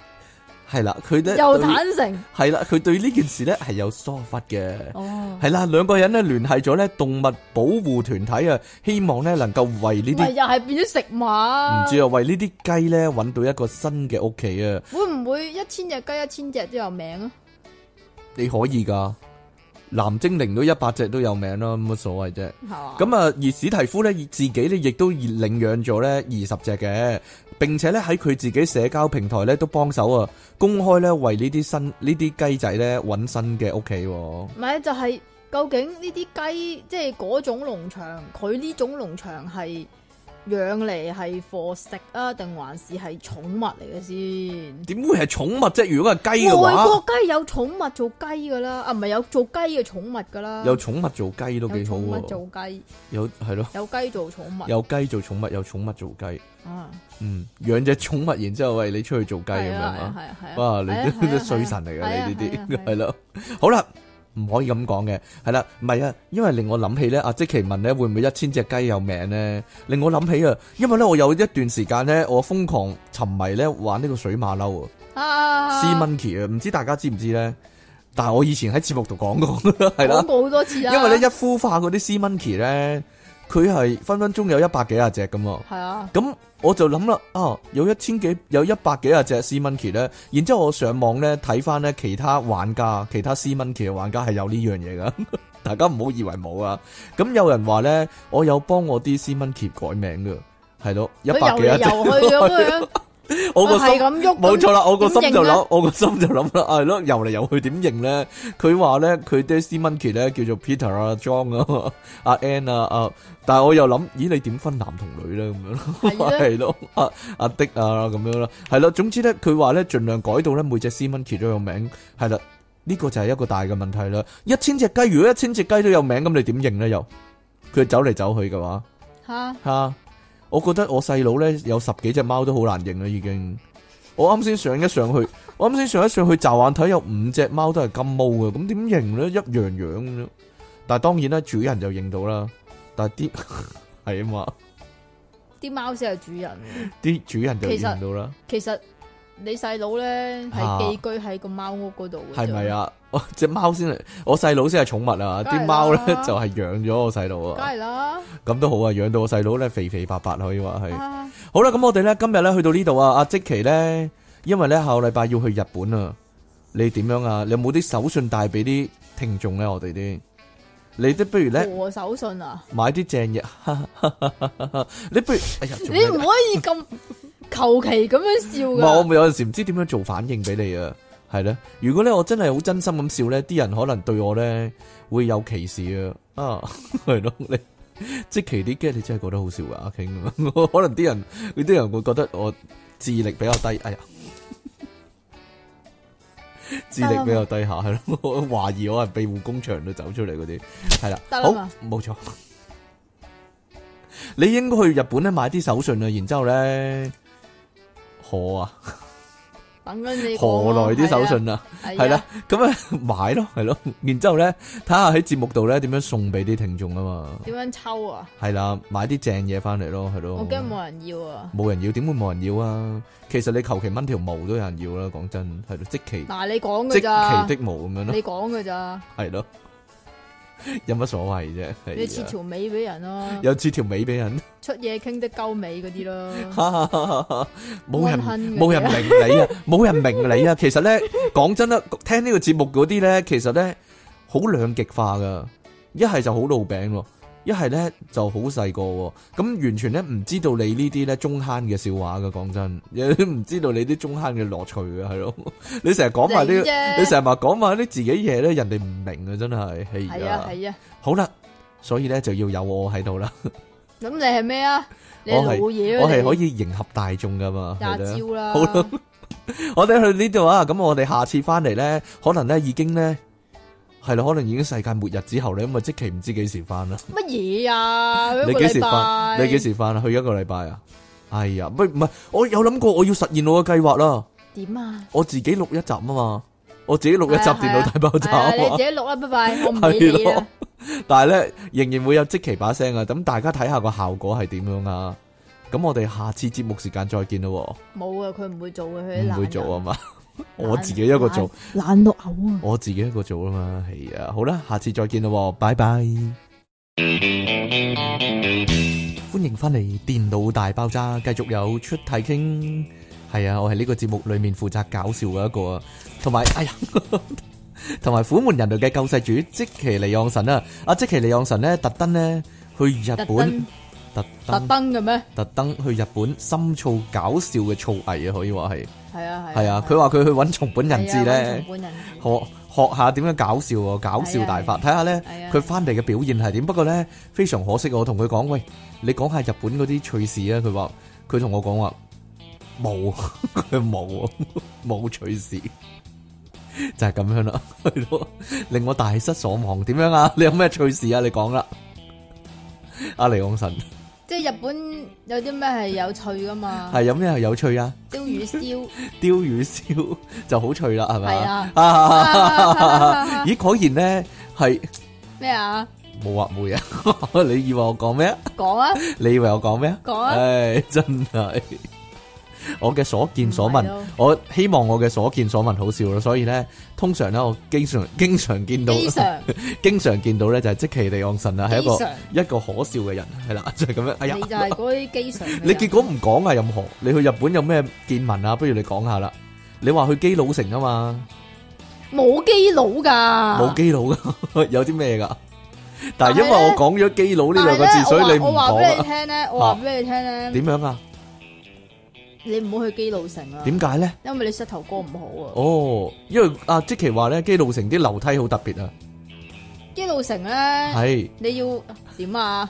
係啦，佢呢，又對坦誠係啦，佢對呢件事呢係有疏忽嘅。哦，系啦，兩個人咧聯繫咗咧動物保護團體啊，希望咧能夠為呢啲咪又係變咗食物？唔唔知啊，為呢啲雞咧揾到一個新嘅屋企啊，會唔會一千隻雞一千隻都有名啊？你可以噶，藍精靈都一百隻都有名啦，冇乜所謂啫。係嘛？咁啊，而史提夫咧自己咧亦都領養咗咧二十隻嘅，並且咧喺佢自己社交平台咧都幫手啊，公開咧為呢啲新呢啲雞仔咧揾新嘅屋企喎。唔係就係究竟呢啲雞即係嗰種農場，佢呢種農場係養嚟係貨食啊，定還是係寵物嚟嘅先？點會係寵物啫？如果係雞嘅外話，國梗係有寵物做雞噶啦，啊唔係有做雞嘅寵物噶啦，有寵物做雞都啊有幾好寵物做喎，雞，有係咯。有雞做寵物有雞做寵物，有寵物做雞，啊，嗯，養只寵物，然之後喂你出去做雞咁係樣啊啊，係啊係啊，哇，係啊你係啊都係啊衰神嚟係噶，啊你 呢係啲啊係啊係咯，好啦，唔可以咁講嘅，係啦，唔係啊，因為令我諗起咧，阿即奇問咧會唔會一千隻雞有名咧，令我諗起啊，因為咧我有一段時間咧，我瘋狂沉迷咧玩呢個水馬騮啊。 啊， C monkey 啊，唔知大家知唔知咧？但係我以前喺節目度講過，係啦講，過好多次啦，因為咧一孵化嗰啲 C monkey 咧，佢係分分鐘有一百幾廿隻咁喎。係啊，咁我就諗啦，啊，有一千幾，有一百幾廿啊隻 C monkey 咧，然之後我上網咧睇翻咧其他玩家，其他 C monkey 嘅玩家係有呢樣嘢噶， 大家唔好以為冇啊。咁有人話咧，我有幫我啲 C monkey 改名噶，係咯，一佢百幾游嚟廿隻，游去咁樣， 我個係心咁喐，冇錯啦，我個心就點認諗啊，我個心就諗啦，係咯，游嚟游去點認咧？佢話咧，佢啲 C monkey 咧叫做 Peter 啊、John 啊、阿 Ann 啊、啊，但係我又諗，咦，你點分男同女咧？咁樣咯。係啊系咯，阿阿的啊咁樣啦，係啦，總之咧，佢話咧盡量改到咧每隻 C monkey 都有名，係啦，呢、個就係一個大嘅問題啦。一千隻雞，如果一千隻雞都有名，咁你點認咧？又佢走嚟走去嘅話，吓，吓、我覺得我細佬咧有十幾隻貓都好難認啦，已經。我啱先上一上去，我啱先上一上去驟眼睇有五隻貓都係金毛嘅，咁點認咧？一樣樣咁樣。但係當然啦，主人就認到啦，但係啲 係啊嘛，啲貓先係主人。啲主人就其實認到啦。其實你細佬咧啊係寄居喺個貓屋嗰度嘅啫系咪？啊？ 我只貓先係，我細佬先係寵物啊！梗係啦啲貓咧 就係養咗我細佬梗啊，係啦，咁都好啊，養到我細佬咧肥肥白白可以話係。啊好啦，咁我哋咧今日咧去到呢度啊，阿即奇咧，因為咧下個禮拜要去日本啊，你點樣啊？你有冇啲手信帶俾啲聽眾咧？我哋啲，你都不如咧和手信啊！買啲正嘢， 你不如哎呀，做你咩唔可以咁求其咁樣笑唔係我噶，咪有陣時唔知點樣做反應俾你啊，係咧。如果咧我真係好真心咁笑咧，啲人可能對我咧會有歧視啊。啊， 係咯，你即其啲 g 你真係覺得好笑噶，阿 King 咁樣可能啲人有啲人會覺得我智力比較低， 哎呀，智力比較低下係咯，我 懷疑我係庇護工場度走出嚟嗰啲，係啦，得啦好嘛冇錯。你應該去日本咧買啲手信啊，然之後咧，我啊。等緊你講何咯來啲手信啊？係啊？係係啦啦，，咁啊 買咯，係咯，然之後咧睇下喺節目度咧點樣送俾啲聽眾啊嘛，點樣抽啊？係啦，買啲正嘢翻嚟咯，係咯。我驚冇人要啊！冇人要，點會冇人要啊？其實你求其掹條毛都有人要啦，講真，係咯，即其嗱，你講即噶其咋？的毛咁樣咯，你講噶咋？係咯， 有乜所謂啫？係啊你切條尾俾人咯，有切條尾俾人，出嘢傾得鳩尾嗰啲咯， 冇人溫馨嘅冇人 明你啊，冇人明你啊。其實咧，講真啦，聽呢個節目嗰啲咧，其實咧好好兩極化噶，一係就好老餅喎，一係咧就好細個喎，咁完全咧唔知道你呢啲咧中坑嘅笑話噶，講真， 有啲唔知道你啲中坑嘅樂趣嘅係咯， 你成日講埋你啲，啫你成日話講埋啲自己嘢咧，人哋唔明啊，真係，係係啊啊，係啊，好啦，所以咧就要有我喺度啦，咁你係咩啊？你我係係老嘢啊，我係你可以迎合大眾噶嘛，係廿咯。招啦，好啦， 我哋去呢度啊，咁我哋下次翻嚟咧，可能咧已經咧係啦，可能已經世界末日之後咧，咁啊即期唔知幾時翻啦。乜嘢啊？一你個幾時禮翻？拜，你幾時翻啊？去一個禮拜啊？哎呀，唔唔係，我有諗過我要實現我嘅計劃啦，點啊？我自己錄一集啊嘛，我自己錄一集係啊電腦大爆炸係啊，啊你嘛自。己錄 啦，拜拜，我唔理你係咯啦。但係咧仍然會有即期把聲啊，咁大家睇下個效果係點樣啊？咁我哋下次節目時間再見咯冇啊，佢唔會做嘅，喎，唔佢啲懶會人做啊，嘛，懶我自己一個做。，懶懶到嘔啊！我自己一個做啊嘛，係啊，好啦，下次再見咯，拜拜。歡迎翻嚟《電腦大爆炸》，繼續有出體傾，係啊，我係呢個節目裡面負責搞笑嘅一個啊，同埋哎呀， 同埋苦悶人類嘅救世主即其尼昂神啊，阿即其尼昂神呢，特登呢去日特本，登特特登登嘅咩？特登去日本深造搞笑嘅造詣啊，可以話係，係啊係啊，佢話佢去揾松本人係志啊呢。揾同本人字學學下點樣搞笑喎，搞笑大法，睇下咧係啊佢翻嚟嘅表現係點。不過咧非常可惜，我同佢講喂，你講下日本嗰啲趣事啊。佢話佢同我講話冇， 佢冇冇趣事，就係咁樣啦，係咯， 令我大失所望。點樣啊？你 有咩趣事啊？你講啦，阿黎昂神即係日本有啲咩係有趣噶嘛？係有咩係有趣啊？鯛魚燒鯛魚燒就好趣啦，係咪啊？啊咦，果然咧係。咩啊？冇啊， 冇嘢。你以為我講咩啊？講啊你以為我講咩啊？講啊！唉，真係我嘅所見所唔係聞咯，我希望我嘅所見所聞好笑咯。所以咧，通常咧，我經常經常見到，非常經常見到咧就係即其地昂神啊，係一非常個一個可笑嘅人， 係啦，就係咁樣。 哎呀你，就係嗰啲機上嘅人。你結果唔講啊，任何你去日本有咩見聞啊？不如你講下啦。你話去基佬城啊嘛，冇基佬㗎，冇基佬 噶，有啲咩噶？但係因為但係我呢講咗基佬呢但兩係個咧字，所以你唔我話講我話俾你啦。聽咧，我話俾你聽咧，點樣啊？你唔好去基佬城啦，啊點解咧？因為你膝頭哥唔好啊。哦，因為阿即奇話咧，基路城啲樓梯好特別啊，基路城咧，係你要點啊？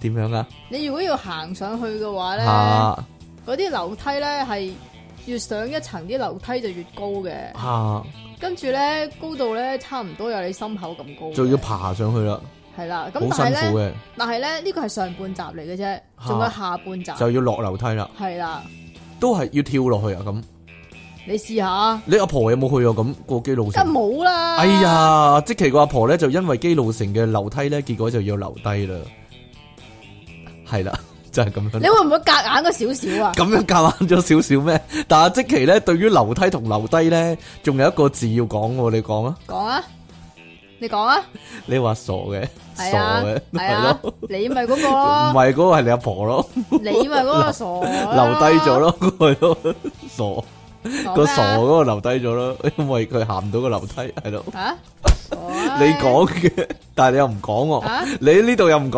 點樣啊？你如果要行上去嘅話咧，嚇嗰啲樓梯咧係越上一層啲樓梯就越高嘅，嚇，跟住咧高度咧差唔多有你心口咁高嘅，就要爬上去啦，係啦。好咁辛但係苦咧，嘅，但係咧呢個係上半集嚟嘅啫，仲有下半集，就要落樓梯啦，係啦，都係要跳落去啊咁。你試下，你阿婆有冇去過咁過基路梗係城？冇啊啦。哎，呀，即奇個阿婆咧就因為基路城嘅樓梯咧，結果就要留低啦，係啦， 就係咁樣你啦。會唔會夾硬咗少少啊？咁樣夾硬咗少少咩？但係即奇咧，對於樓梯同樓低咧，仲有一個字要講喎，你講啊！講啊，你講啊，你話傻嘅，係傻啊嘅，，係係啊咯，，你咪嗰個唔咯，係嗰個係你阿婆咯，你咪嗰個傻，留低咗，咯，係咯，傻傻個咩傻啊嗰個留低咗咯，因為佢行唔到個樓梯，係咯，啊，你你講嘅，但係你又唔講喎，啊，你呢度又唔講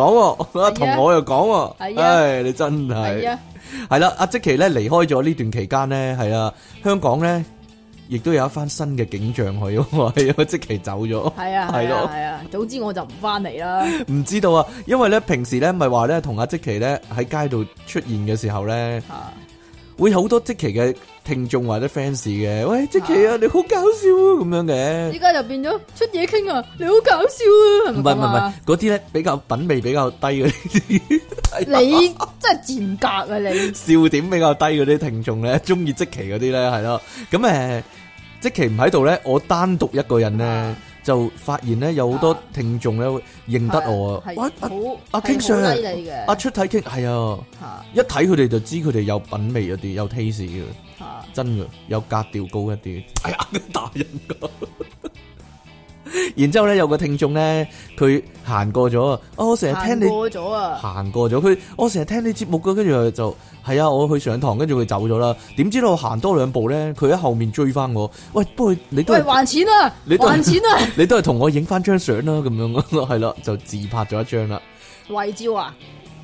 喎，啊同我又講喎，係啊唉，你真係係啊，係啦，阿即奇咧離開咗呢段期間咧，係啊，香港咧亦都有一番新嘅景象去， 係啊，即奇走咗。係啊，係係咯啊，係啊，早知我就唔翻嚟啦，唔知道啊，因為咧平時咧咪話咧同阿即奇咧喺街度出現嘅時候咧，嚇會好多即奇嘅聽眾或者 fans 嘅，喂即奇啊，你好搞笑啊咁樣嘅依，家就變咗出嘢傾啊，你好搞笑啊，係唔咪係唔係咁唔係啊？嗰啲咧比較品味比較低嗰啲，你真係賤格啊你！笑點比較低嗰啲聽眾咧，中意即奇嗰啲咧係咯，咁誒即奇唔喺度咧，我單獨一個人咧啊就發現咧有好多啊聽眾咧會認得我啊，係哇阿好阿係 King 好 Sir 低你嘅阿出體傾係啊。嚇一睇佢哋就知佢哋有品味一啲，有 taste 嘅，嚇真嘅，有格調高一啲。哎呀，打人噶，然之後咧，有個聽眾咧，佢行過咗啊！哦我成日聽行你過咗啊，行過咗，佢我成日聽你節目噶，跟住佢就係啊，我去上堂，跟住佢走咗啦。點知道我行多兩步咧，佢喺後面追翻我。喂，不過你都喂，係還錢啊你，都係還錢啊，你都係同我影翻張相啦，咁樣 咯，係啦，就自拍咗一張啦。遺照啊，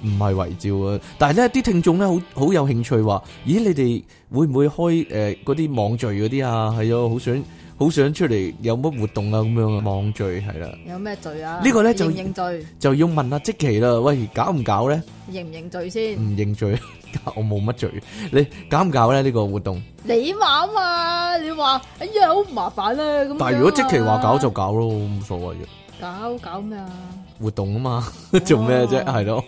唔係遺照啊，但係咧啲聽眾咧好好有興趣話，咦你哋會唔會開誒嗰啲網聚嗰啲啊？係啊，好想好想出嚟有乜活動啊咁樣啊，網聚係啦，有咩罪啊？呢個呢你認就唔認罪？就要問阿即奇啦，喂搞唔搞咧？認唔認罪唔先？認罪， 我冇乜罪，你搞唔搞咧呢個活動？你話啊嘛，你話哎呀好麻煩啊咁樣啊。但係如果即奇話搞就搞咯，冇所謂嘅搞搞咩啊？活動啊嘛， 做咩啫？哦係咯，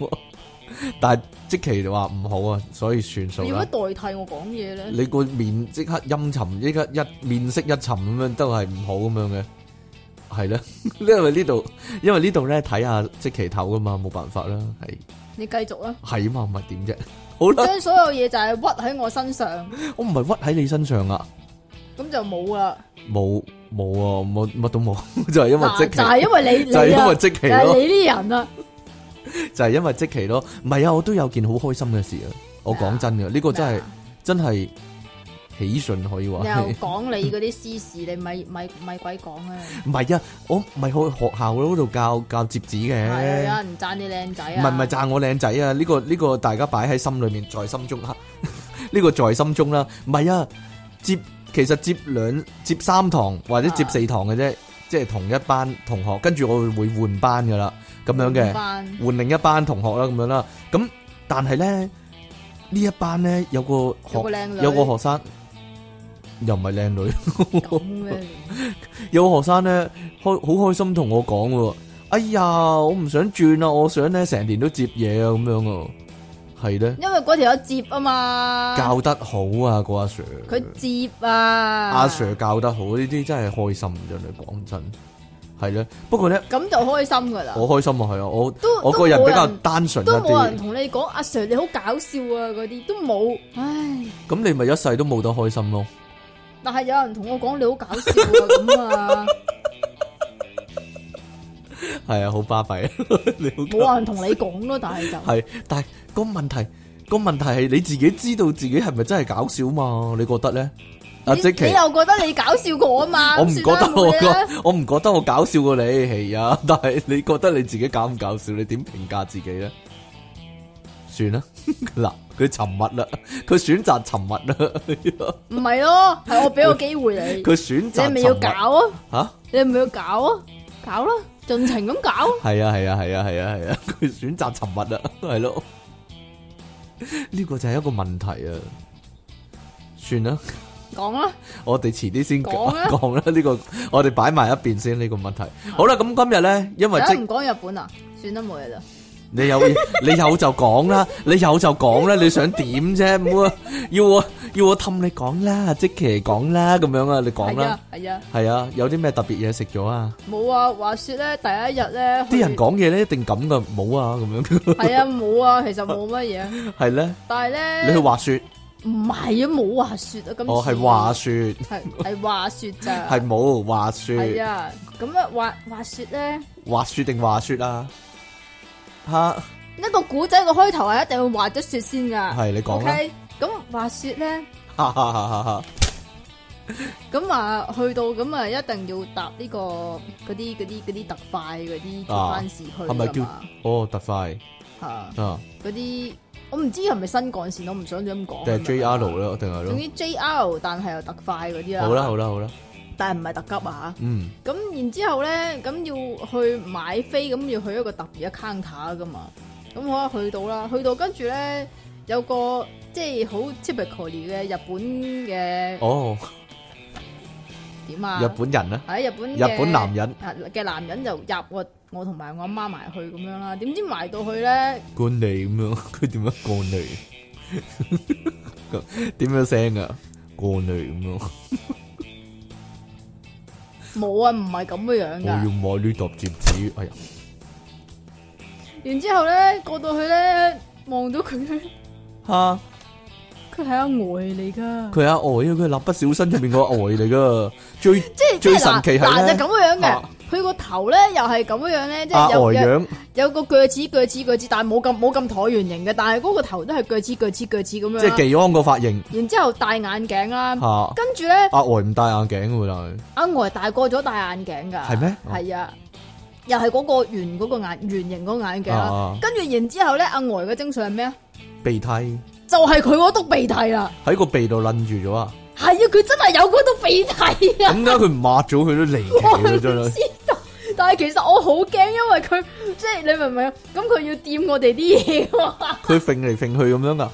但係即奇就話唔好啊，所以算數你啦要。乜代替我講嘢咧？你個面即刻陰沉，即刻一面色一沉咁樣，都係唔好咁樣嘅，係 啦。因為呢度，因為呢度咧睇下即期頭噶嘛，冇辦法啦，係你繼續 啦，係啊嘛，唔係 點啫？好啦，將所有嘢就係屈喺我身上，我唔係屈喺你身上啊，咁就冇啦。冇冇啊，冇乜都冇， 就係因為嗱即就係期，因為你， 就係你因啊為即期就係咯，你啲人啊，就係因為即期咯。唔係啊，我都有件好開心嘅事啊，我講 真嘅，呢個真係真係喜訊可以話你係。又講你嗰啲私事，你咪咪咪鬼講啊！ 唔係啊，我咪去學校嗰度教教摺紙係啊，嘅。有人讚你靚仔唔啊！係唔係讚我靚仔啊！呢、個呢、個大家擺喺心裏面，在心中啊， 呢個在心中啦。唔係啊，接其實接兩接三堂或者啊接四堂嘅啫，即係同一班同學，跟住我會換班噶啦，咁樣嘅嘅，換另一班同學啦，咁樣啦。咁但係咧呢一班咧有個有個學靚女，有個學生又唔係靚女。 咁嘅，有學生咧開好開心同我講喎，哎呀，我唔想轉啊，我想咧成年都接嘢啊咁樣啊，係咧因為嗰條有接啊嘛，教得好啊，個阿 Sir，佢接啊，阿 Sir 教得好，呢啲真係開心真係講真，係咧。不過咧，咁就開心噶啦，我開心啊，係啊，我啊都我都個人冇比較單純一都冇人啲，同你講阿 Sir 你好搞笑啊嗰啲都冇，唉。咁你咪一世都冇得開心咯。但係有人同我講你好搞笑啊 咁啊，係啊，好巴閉 啊，你好冇人同你講咯，但係就係，但係個問題個問題係你自己知道自己係咪真係搞笑嘛？你覺得咧？阿你即奇啊你。又覺得你搞笑過啊嘛，我唔覺得我覺個，我唔覺得我搞笑過你，係啊！ 但係你覺得你自己搞唔搞笑？你點評價自己咧？算啦， 嗱，佢沉默啦，佢選擇沉默啦，唔係咯，係我俾個機會 你，佢選你擇係咪要搞沉啊？默吓？你係咪要搞啊？搞啦，盡情咁搞，係啊係啊係啊係啊 係啊，佢選擇沉默啦，係咯，呢個就係一個問題啊！算啦， 講啦，我哋遲啲先講啦講啦，呢個我哋擺埋一邊先呢個問題。好啦，咁今日咧，因為而即家唔講日本啊，算啦冇嘢啦，你有你有就講啦，你有就講啦，你想點啫？唔好要我要我氹你講啦，即期講啦，咁樣啊，你講係啦啊，係啊，係啊，有啲咩特別嘢食咗啊？冇啊，話說咧第一日咧，啲人講嘢咧一定咁噶，冇啊咁樣， 係啊冇啊，其實冇乜嘢，係咧，但係咧你去滑雪，唔係啊冇話說啊，咁哦係滑雪，係係話說咋， 係冇滑係雪，啊，咁啊話話說咧，滑雪定滑雪啊？吓，一個古仔個開頭係一定要滑咗雪先噶。係你講啦， OK，咁話說咧，哈哈哈哈哈，咁啊去到咁啊一定要搭呢、個嗰啲嗰啲嗰啲特快嗰啊啲轉翻市區係咪叫㗎嘛哦特快嚇啊，嗰啲我唔知係咪新幹線，我唔想咁講。定係 J R 啦，啦，定係總咯，之 JR 但係又特快嗰啲啦。好啦，好啦好啦，但係唔係特急啊嗯，嚇。咁然之後咧，咁要去買飛，咁要去一個特別嘅 counter 噶嘛。咁我一去到啦，去到跟住咧有個即係好 typically 嘅日本嘅。哦點啊？日本人啊，喺日本日嘅本男人。啊嘅男人就入我我同埋我阿媽埋去咁樣啦，點知埋到去咧，過嚟咁樣， 佢點樣過嚟？ 點樣聲啊？過嚟咁樣，冇啊，唔係咁嘅樣我要噶。買呢沓摺紙。哎呀，然之後咧過到去咧，望到佢咧，吓佢係阿呆嚟噶，佢阿呆啊，佢係蠟筆小新入面個呆嚟噶。最 即最係即係嗱神奇係啊嗱咧就咁嘅樣嘅嚇，佢個頭咧又係咁樣樣咧，即阿係有呆有样有個鋸子鋸子鋸子，但係冇咁冇咁橢圓形嘅，但係嗰個頭都係鋸子鋸子鋸子咁即樣係啦。技安個髮型然之後戴眼鏡啦，吓，阿跟住咧呆唔戴眼鏡喎，但阿呆大個咗戴眼鏡㗎。係咩哦係啊，又係嗰個圓嗰個眼圓形嗰個眼鏡係啦。啊跟住然之後咧，阿呆嘅精髓係咩啊？鼻涕就係佢嗰督鼻涕啦。喺個鼻度擸住咗 啊！係啊，佢真係有嗰督鼻涕啊！點解佢唔抹咗哎佢都離 我奇唔啦，知真係。道，但係其實我好驚，因為佢即係你明唔明啊？咁佢要掂我哋啲嘢喎，佢揈嚟揈去咁樣噶，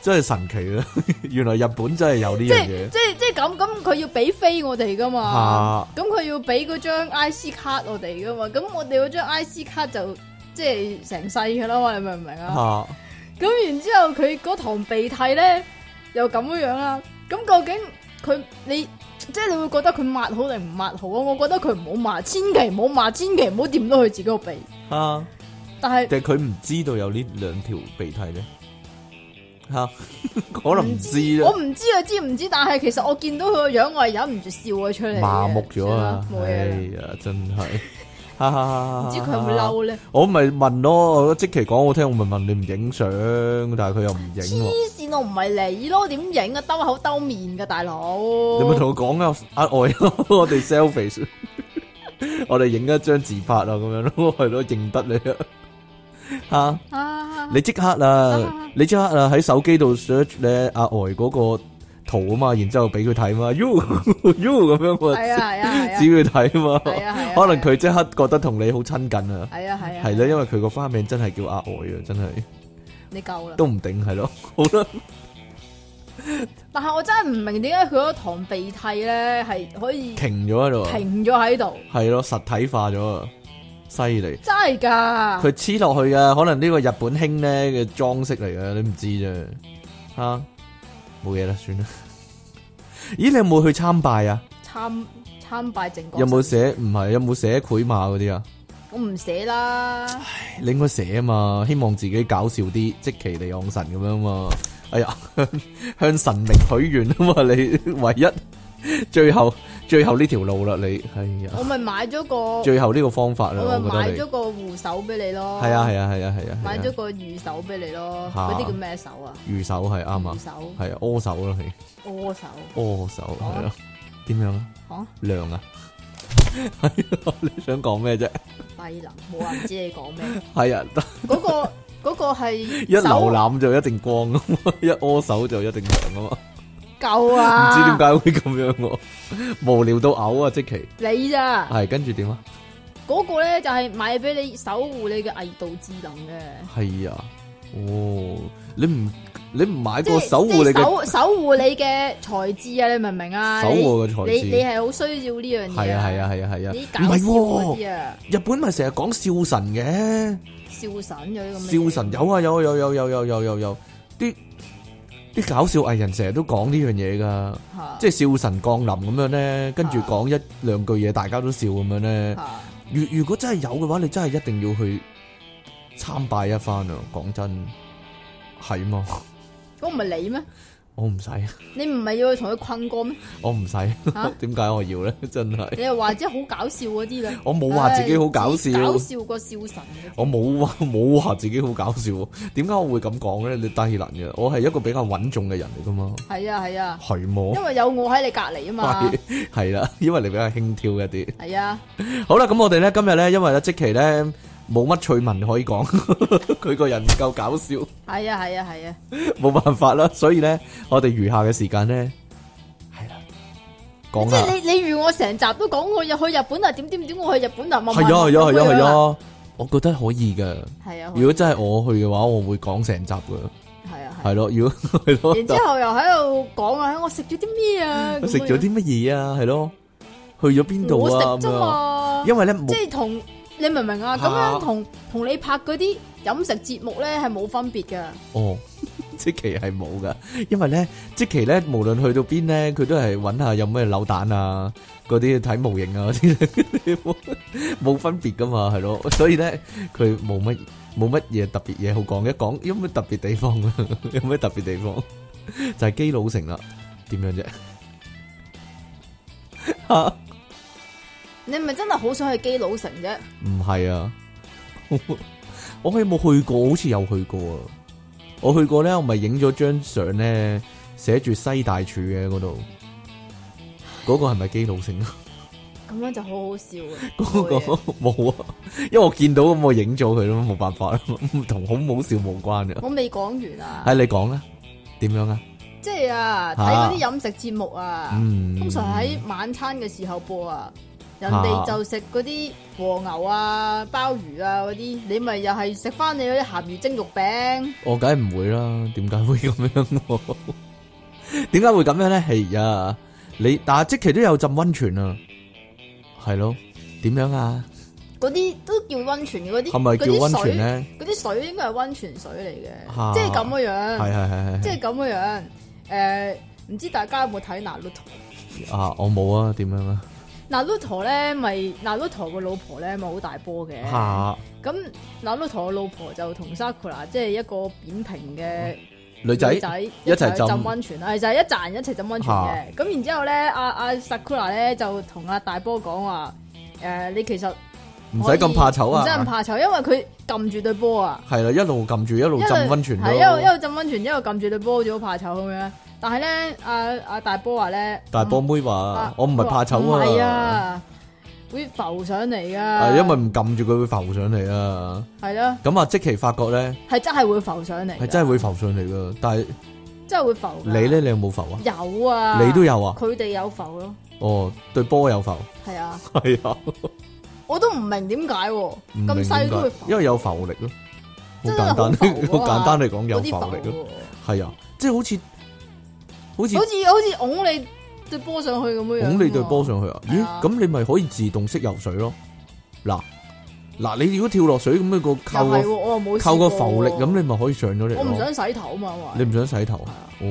真係神奇啦！ 原來日本真係有呢即樣係嘢即係即係咁咁，佢要俾飛我哋噶嘛？吓，咁佢要俾嗰張 IC 卡我哋噶嘛？咁我哋嗰張 IC 卡就即係成世噶啦嘛？你明唔明啊？吓咁然之後佢嗰堂鼻涕咧又咁樣樣啦。咁究竟佢你即係你會覺得佢抹好定唔抹好啊？我覺得佢唔好抹，千祈唔好抹，千祈唔好掂到佢自己個鼻。吓，但係但係佢唔知道有呢兩條鼻涕咧 吓，可能唔知啊啦我。唔知佢知唔知，但係其實我見到佢個樣，我係忍唔住笑咗出嚟嘅。麻木咗啊！算啦冇哎嘢啦。呀，真係，哈哈唔哈知佢有冇？嬲咧？我咪問咯，我即期講我聽，我咪問你唔影相，但係佢又唔影黐喎。線，我唔係你咯，點影啊？兜口兜面噶大佬。你咪同我講啊，阿 外咯，我哋 selfies，我哋影一張自拍啊，咁樣咯，係咯，認得你啊，啊吓，你即刻啦啊，你即刻啦，喺手機度 search 咧阿外嗰個圖啊嘛，然之後俾佢睇嘛，you you 咁樣我係啊係啊係啊指佢睇嘛，係啊係啊可能佢即刻覺得同你好親近啊。係啊係啊，系啦，因為佢個花名真係叫阿外啊，真係你夠啦。都唔定係咯。 好 啦，但係我真係唔明點解佢嗰堂鼻涕咧係可以停咗喺度，啊停咗喺度，係咯，實體化咗啊，犀利。真係㗎。佢黐落去嘅，可能呢個日本興咧嘅裝飾嚟啊嘅，你唔知啫。吓、冇嘢啦，算 啦。咦，你有冇去參拜啊？參參拜正覺，有冇寫？唔係，有冇寫繪馬嗰啲啊？我唔寫啦，你應該寫啊嘛，希望自己搞笑啲，即其地昂神咁樣嘛。哎呀， 向向神明許願啊嘛，你唯一最後最後呢條路啦，你哎呀，我咪買咗個，我最後呢個方法啦，咪我覺買得你咗個護手俾你咯。係啊係啊係啊係啊，買係咗啊個魚手俾你咯，嚇嗰啲叫咩手啊？魚手係啱啊魚，手、係啊，柯手啦，係屙手，柯手好啊係咯，點樣啊？嚇量啊？ 係啊，你想講咩啫？低能，冇人知你講咩。係啊，嗰個嗰個係 一瀏手覽就一定光啊嘛，一柯手就一定亮啊嘛。夠唔啊！知點解會咁樣喎， 無聊到嘔啊！即期解你咋？係跟住點啊？嗰個咧就係買俾你守護你嘅偽道智能嘅，係啊，哦，你唔你唔買即個係守護你即係嘅守守護你嘅才智啊！你明唔明啊？守護嘅才你智你你係好需要呢樣嘢。係啊係啊係啊係你啊，搞笑唔嗰係喎，啲啊，日本咪成日講笑神嘅，笑神有啲咁嘅笑嘢。神有啊有啊有有有有有有有啲啲搞笑藝人成日都講呢樣嘢㗎，嚇，即係笑神降臨咁樣咧，跟住啊講一兩句嘢，大家都笑咁樣咧。嚇如如果真係有嘅話，你真係一定要去參拜一番啊！講真，係嘛？ 嗰唔係你咩？我唔使，你唔係要去同佢困過咩？我唔使，嚇 點解我要咧？真係，你又或者好搞笑嗰啲咧？我冇話自己好搞笑唉，搞笑過笑神嘅。我冇話 冇話自己好搞笑。點解我會咁講咧？你低能嘅，我係一個比較穩重嘅人嚟噶嘛，係啊係啊，係麼因？為有我喺你隔離啊嘛。係 係啦，因為你比較輕佻一啲。係啊，好啦，咁我哋咧今日咧，因為咧即期咧冇乜趣聞可以講， 佢個人唔夠搞笑。係啊係啊係啊， 冇辦法啦，所以咧，我哋餘下嘅時間咧，係啦，講即下，係你你預我成集都講我入去日本啊點點點，我去日本啊，係啊係啊係啊係啊，我覺得可以噶。係啊，如果真係我去嘅話，我會講成集噶，係啊係啊。係咯，如果 係咯，然之後又喺度講啊，我食咗啲咩 啊？食咗啲乜嘢啊？係咯，去咗邊度我啊？食咁啫啊，嘛。因為咧冇即係同你明唔明啊？嚇咁樣同同你拍嗰啲飲食節目咧係冇分別嘅，哦， 即期係冇噶，因為咧，即期咧，無論去到邊咧，佢都係揾下有咩扭蛋啊，嗰啲睇模型啊，嗰啲 冇冇分別噶嘛，係咯，所以咧，佢冇乜冇乜嘢特別嘢好講，一講有咩特別地方 啊，有咩特別地方就係基佬城啦，點樣啫？你咪真係好想去基佬城啫？唔係啊， 我有冇去過？好似有去過啊！我去過咧，我咪影咗張相咧，寫住西大柱嘅嗰度，嗰、個係咪基佬城啊？咁樣就好好笑嘅。 嗰、個冇嘢冇啊，因為我見到咁，我影咗佢咯，冇辦法啦，唔同好唔好笑無關嘅。我未講完啊，係你講啦，點樣啊？即係啊，睇嗰啲飲食節目啊，嗯，通常喺晚餐嘅時候播啊，人哋就食嗰啲和牛啊、鮑魚啊嗰啲，你咪又係食翻你嗰啲鹹魚蒸肉餅。我梗係唔會啦，點解會咁樣喎？ 點解會咁樣咧？係啊，你但係即期都有浸温泉啊，係咯？點樣啊？嗰啲都叫温泉嘅嗰啲，係咪叫温嗰啲水泉？啊咧？嗰啲水應該係温泉水嚟嘅，嚇即係咁嘅樣，係係係係，嗯即即係咁嘅樣。誒、唔知大家有冇睇《拿魯陀》？啊，我冇啊，點樣啊？拿魯陀咧，咪拿魯陀個老婆咧，咪好大波嘅。嚇，咁拿魯陀個老婆就同 Sakura 即係一個扁平嘅女仔女仔一齊浸啊浸温泉，啊係就係一紮人一齊浸温泉嘅。咁然之後咧，阿阿 Sakura 咧就同阿大波講話：誒，你其實唔使咁怕醜唔使咁啊，怕醜，因為佢撳住對波啊。係啦，一路撳住一路浸温泉咯係，一路一路浸温泉，一路撳住對波，好似好怕醜咁樣。但係咧，阿、阿、大波話咧，大波唔妹啊話：我唔係怕醜唔係啊，啊，會浮上嚟噶。係因為唔撳住佢會浮上嚟啊。係咯，咁啊，即期發覺咧係真係會浮上嚟㗎，係真係會浮上嚟噶，但係真係會浮㗎。你咧，你有冇浮啊？有啊，你都有啊？佢哋有浮咯，哦，對波有浮，係啊，係啊，我都唔明點解 喎唔明咁點細都解會浮，因為有浮力咯，好真係簡單，好浮好啊簡單嚟講有嗰啲浮力浮咯，喎係啊，即係好似好似好似好似拱你對波上去咁樣樣。拱你對波，上去啊？係咦啊，咁你咪可以自動識游水咯？嗱嗱，你如果跳落水咁樣個靠又係喎，個我又冇靠個個浮力，咁你咪可以上咗嚟我唔咯。想洗頭啊嘛，因你為唔想洗頭係啊？啊哦，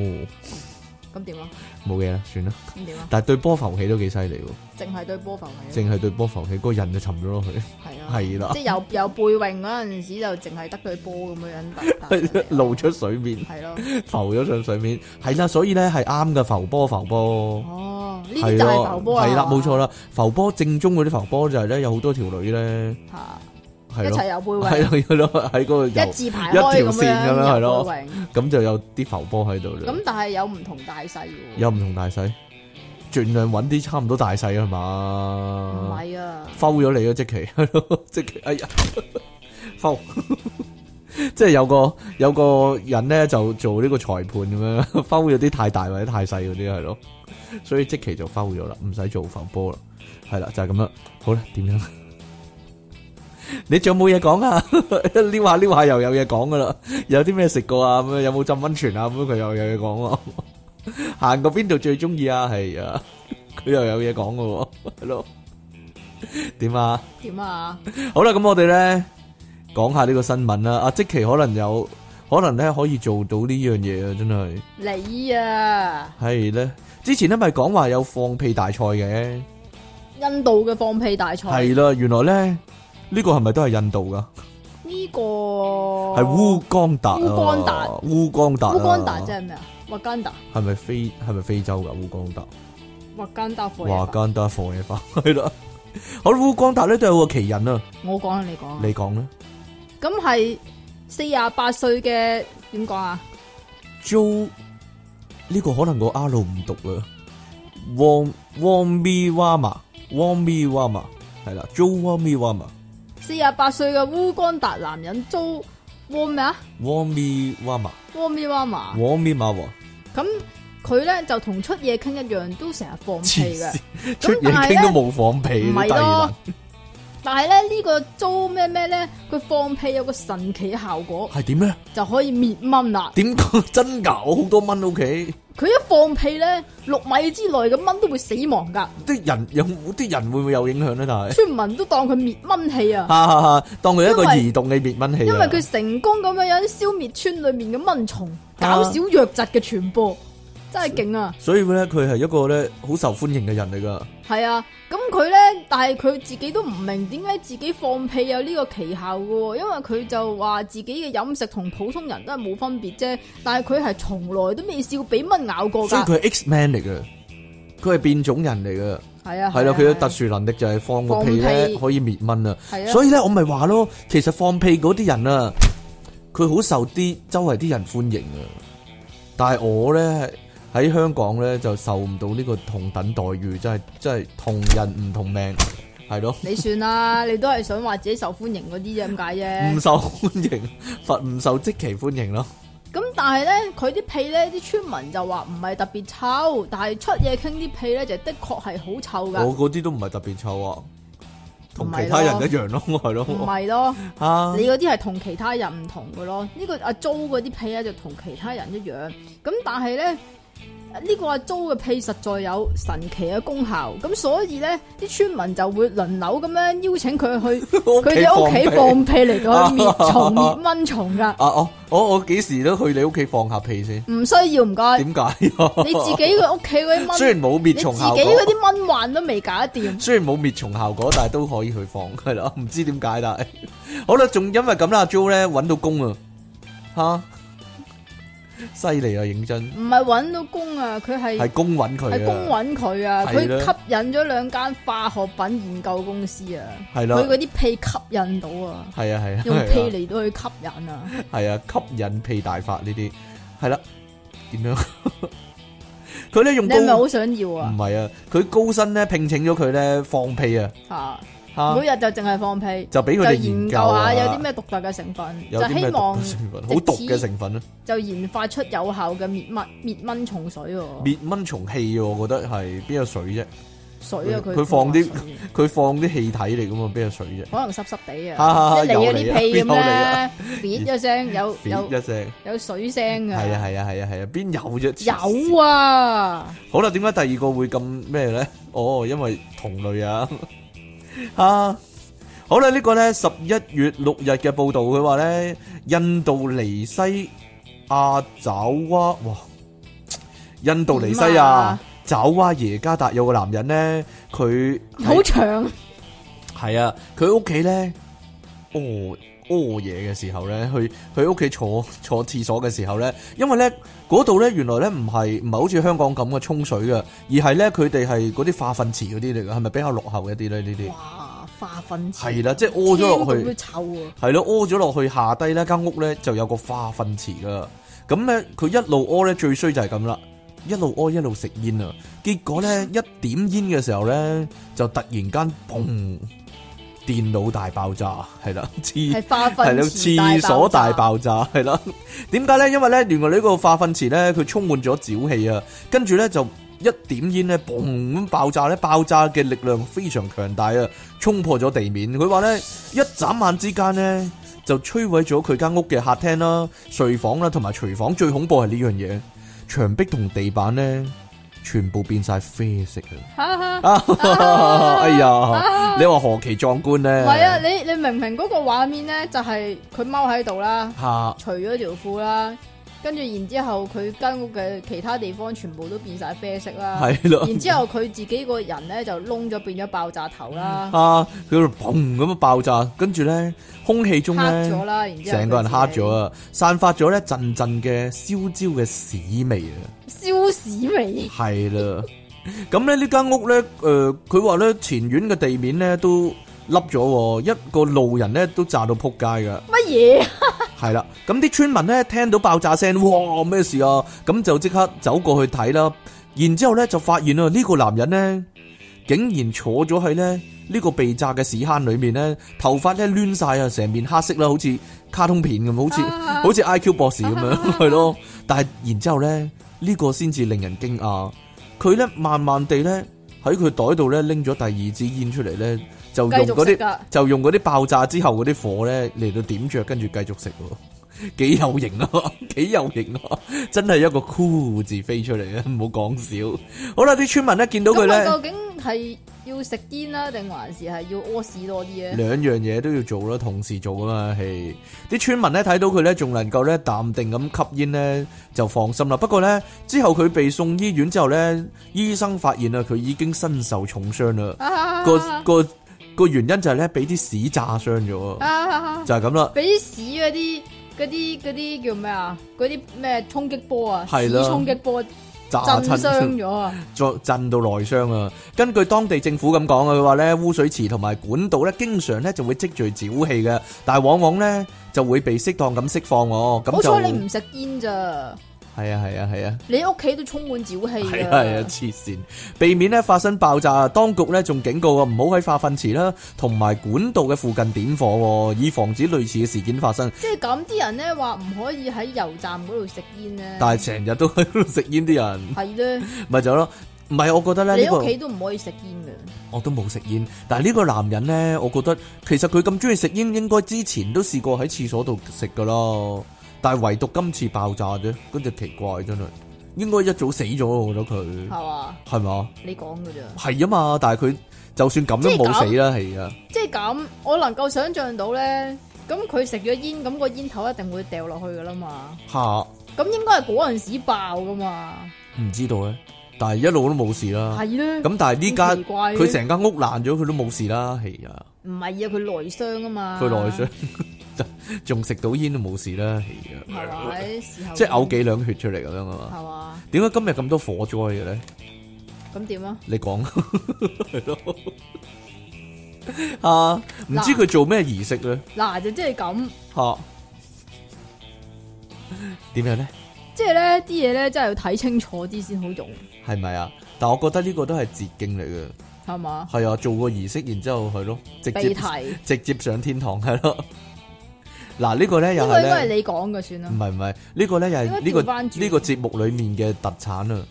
咁點啊？冇嘢啦，算啦。咁點啊？但係對波浮起都幾犀利喎，淨係對波浮起咯，淨係對波浮起，個人就沉咗落去，係啊，係啦即係有有背泳嗰陣時就淨係得對波咁樣樣 打，露出水面，係咯，浮咗上水面，係啦，所以咧係啱嘅，浮波浮波。哦，呢係啲就係浮波啊，係啦，冇錯啦，浮波正宗嗰啲浮波就係咧，有好多條女咧，嚇，係 一咯，齊有背泳，係咯，係咯，喺嗰個一游，字排一條開咁線咁樣係咯有背泳，咁就有啲浮波喺度啦咁，但係有唔同大細嘅喎，有唔同大細，盡量揾啲差唔多大細啊係唔嘛，係啊，摟咗你啊，即期，係咯，即期，哎呀，摟。即係有個有個人咧就做呢個裁判咁樣，摟咗啲太大或者太細嗰啲係咯，所以即期就摟咗啦，唔使做浮波啦，係啦就係咁啦，好啦點樣？ 你仲有冇嘢講啊？ 撩下撩下又有嘢講噶啦，有啲咩食過啊？咁樣有冇浸温泉啊？咁樣佢又有嘢講喎。行過邊度最中意啊？係啊，佢又有嘢講噶喎，係咯？點啊？點啊？好啦，咁我哋咧講下呢個新聞啦。阿即奇可能有，可能咧可以做到呢樣嘢啊，真係你啊，係咧。之前咧咪講話有放屁大賽嘅，印度嘅放屁大賽，係啦，原來咧呢、呢個係咪都係印度哦噶？呢個係烏干達啊，烏干達烏干達啊，烏干達即係咩啊？華干達，係咪非係咪非洲噶烏干達？華干達火華干達放嘢花係啦。好啦，烏干達咧都有個奇人啊，我講啊你講啊。你講啦咁係四廿八歲嘅點講啊？ ，Jo 呢個可能個 R 唔讀啊，Wong Wong Mi Wama Wong Mi Wama 係啦，Jo Wong Mi Wama 四廿八歲嘅烏干達男人租窩咩啊？ Wong Mi Wama 窩咩媽媽？ Wong Mi Wama 咁佢咧就同出嘢傾一樣，都成日放黐屁嘅線。，出嘢傾都冇放屁，唔係低咯能但係咧呢個租咩咩咧，佢放屁有個神奇效果，係點咧？ 就可以滅蚊啦。點講真㗎？我好多蚊屋企，佢一放屁咧，六米之內嘅蚊都會死亡 噶，啲人有啲人會唔會有影響咧？但係 村民都當佢滅蚊器啊，哈哈哈，當佢一個因為移動嘅滅蚊器啊，因為佢成功咁樣樣消滅村裏面嘅蚊蟲，減少瘧疾嘅傳啊播，真係勁啊！所以咧，佢係一個咧好受歡迎嘅人嚟噶。系啊，咁佢咧，但系佢自己都唔明點解自己放屁有呢個奇效嘅喎，因為佢就話自己嘅飲食同普通人都係冇分別啫，但係佢係從來都未試過俾蚊咬過所以㗎，佢係 X Man 嚟嘅，佢係變種人嚟嘅，係啊，系啦，係啊佢嘅特殊能力就係放個屁放咧屁可以滅蚊啊，係啊，所以咧我咪話咯，其實放屁嗰啲人啊，佢好受啲周圍啲人歡迎啊，但係我咧喺香港咧就受唔到呢個同等待遇，真係真係同人唔同命，係咯，你算啦，你都係想話自己受歡迎嗰啲啫，咁解唔啫。受歡迎， 佛唔受即其歡迎咯，咁但係咧，佢啲屁咧，啲村民就話唔係特別臭，但係出嘢傾啲屁咧就的確係好臭我噶，嗰啲都唔係特別臭啊，同唔係其他人咯一樣咯，係唔咯，係咯？啊，你嗰啲係同其他人唔同嘅咯。呢、個阿租嗰啲屁咧就同其他人一樣。咁但係咧，呢、個阿租嘅屁實在有神奇嘅功效。咁所以咧，啲村民就會輪流咁樣邀請佢去 屋佢企哋屋企屁放屁嚟到去滅蟲滅蚊蟲噶，啊哦，我我幾時都去你屋企放下屁先？唔需要唔該。點解？你 自己嘅屋企嗰啲蚊，雖然冇你滅自己蟲效嗰果，啲蚊患都未搞得掂。雖然冇滅蟲效果，但係都可以去放，係啦， 唔知點解但係。好啦，仲因為咁啦，阿 Jo 咧揾到工啊，吓，犀利啊，認真唔係揾到工啊，佢係係工揾係佢工啊，揾佢啊，佢係啦吸引咗兩間化學品研究公司啊，係佢嗰啦，啲屁吸引到啊，係啊係啊，用屁係啊嚟到去吸引啊，係啊，吸引屁大法呢啲係啦，點樣？ 佢咧用你高係咪唔好想要啊？係啊，佢高薪咧聘請咗佢咧放屁啊，吓，吓每日就淨係放屁，就俾佢就哋研究啊下有啲咩獨特嘅成分，有就啲希咩毒望嘅成分，直好毒嘅至成分啊！就研發出有效嘅滅蚊滅蚊蟲水喎，滅蚊蟲氣啊我覺得係邊有水啫？水啊佢佢佢放啲佢話水佢放啲氣體嚟噶嘛，邊有水啫？可能濕濕地哈哈哈啊，一嚟嗰啲屁有嚟啊咁咧， 咇一聲有有一聲，有水聲啊，係啊係啊係啊係啊，邊有啫？黐線有啊，好啦，點解第二個會咁咩咧？哦，因為同類啊， 啊，好啦，呢個咧十一月六日嘅報導，佢話咧印度尼西亞爪哇，哇，印度尼西點亞啊爪哇耶加達有個男人咧，佢喺好長，系啊，佢屋企咧屙屙嘢嘅時候咧，去佢屋企坐 坐廁所嘅時候咧，因為咧嗰度咧原來咧唔係唔係好似香港咁嘅沖水嘅，而係咧佢哋係嗰啲化糞池嗰啲嚟嘅，係咪比較落後一啲咧？呢啲哇，化糞池係啦，即係屙咗落聽到去都，臭啊，係咯，屙咗落去下低咧間屋咧就有個化糞池噶，咁咧佢一路屙咧最衰就係咁啦。一路屙一路食煙啊！結果咧一點煙嘅時候咧，就突然間嘣，電腦大爆炸，係啦，黐係化係啦，糞池廁所大爆爆炸係啦。點解咧？因為咧，原來呢個化糞池咧，佢充滿咗沼氣啊，跟住咧就一點煙咧，嘣咁爆炸咧，爆炸嘅力量非常強大啊，衝破咗地面。佢話咧，一眨眼之間咧，就摧毀咗佢間屋嘅客廳啦、睡房啦，同埋廚房。最恐怖係呢樣嘢，牆壁同地板咧，全部變晒啡色啊！炸，哈哈啊 哎呀，啊你話何其壯觀咧？唔係啊，你你明唔明嗰個畫面咧？就係佢踎喺度啦，嚇！除咗條褲啦，跟住然之後佢間屋嘅其他地方全部都變晒啡色啦，係啊咯。然之後佢自己個人咧就窿咗變咗爆炸頭啦，啊，佢度砰咁樣爆炸，跟住咧空氣中黑咗咧啦，然之後嗯成個人黑咗啊，啊，散發咗咧陣陣嘅燒焦嘅屎味啊，燒屎味，係啦。咁咧呢間屋咧，誒佢話咧前院嘅地面咧都凹咗喎，一個路人咧都炸到撲街噶。乜嘢？啊系啦，咁啲村民咧聽到爆炸聲，哇咩事啊？咁就即刻走過去睇啦。然之後咧就發現啊，呢、個男人呢，竟然坐咗喺咧呢個被炸嘅屎坑裏面咧，頭髮咧攣晒啊，成面黑色啦，好似卡通片咁，好似、啊好似 I Q 博士咁 樣，啊係咯、但係然之後咧，呢、個先至令人驚訝。佢咧慢慢地咧喺佢袋度咧拎咗第二支煙出嚟咧，就用繼嗰續啲食。噶，就用嗰啲爆炸之後嗰啲火咧嚟到點着，跟住繼續食喎， 幾有型啊！幾有型啊！ 真係一個酷字飛出嚟啊！唔 好講笑。好啦，啲啊村民咧見到佢咁我啊咧，究竟係要食煙啦，定還是係要屙屎多啲啊咧？兩樣嘢都要做啦，同時做啊嘛，係啲村民咧睇到佢咧，仲能夠咧淡定咁吸煙咧，就放心啦。不過咧之後佢被送醫院之後咧，醫生發現啊，佢已經身受重傷啦。啊個個個原因就係咧，俾啲屎炸傷咗啊，啊！就係咁啦。俾屎嗰啲嗰啲嗰啲叫咩啊？嗰啲咩衝擊波啊？係屎啦衝擊波炸震親傷咗啊！作震到內傷啊！根據當地政府咁講啊，佢話咧污水池同埋管道咧，經常咧就會積聚沼氣嘅，但係往往咧就會被適當咁釋放喎。好咁就彩你唔食煙咋，係啊係啊係啊你屋企都充滿沼氣 係㗎啊係啊黐線！避免咧發生爆炸，當局咧仲警告啊，唔好喺化糞池啦同埋管道嘅附近點火喎，以防止類似嘅事件發生。即係咁啲人咧話唔可以喺油站嗰度食煙咧，但係成日都喺度食煙啲人，係咧，咪就係咯。唔係，我覺得咧你呢個屋企都唔可以食煙嘅，我都冇食煙，但係呢個男人呢，我覺得其實佢咁中意食煙，應該之前都試過喺廁所度食噶咯。但係唯獨今次爆炸啫，跟住奇怪真係，應該一早死咗，我覺得佢係嘛？係嘛？你講㗎咋？係啊嘛，但係佢就算咁都冇死啦，係啊，即係咁，我能夠想像到咧，咁佢食咗煙，咁個煙頭一定會掉落去㗎啦嘛，吓咁應該係嗰陣時爆㗎嘛，唔知道咧，但係一路都冇事啦。係咧。啊咁但係呢家咁奇怪嘅佢成間屋爛咗，佢都冇事啦，係啊，唔係啊，佢內傷啊嘛，佢內 傷仲食到煙都冇事啦，係係啊，咪？事後即係嘔幾兩血出嚟咁樣啊嘛。係嘛？點解今日咁多火災嘅咧？咁點啊？你講係咯啊？唔知佢做咩儀式咧？嗱就即係咁，吓點樣咧？即係咧啲嘢咧真係要睇清楚啲先好用，係咪啊？但我覺得呢個都係捷徑嚟嘅，係嘛？係啊，做個儀式，然之後係咯，直鼻接題呢直接上天堂係咯。嗱呢個嗯咧又個係應該係咧，你講嘅算啦唔。係唔係呢個咧又係呢應該調個翻轉呢個節目裏面嘅特產啊，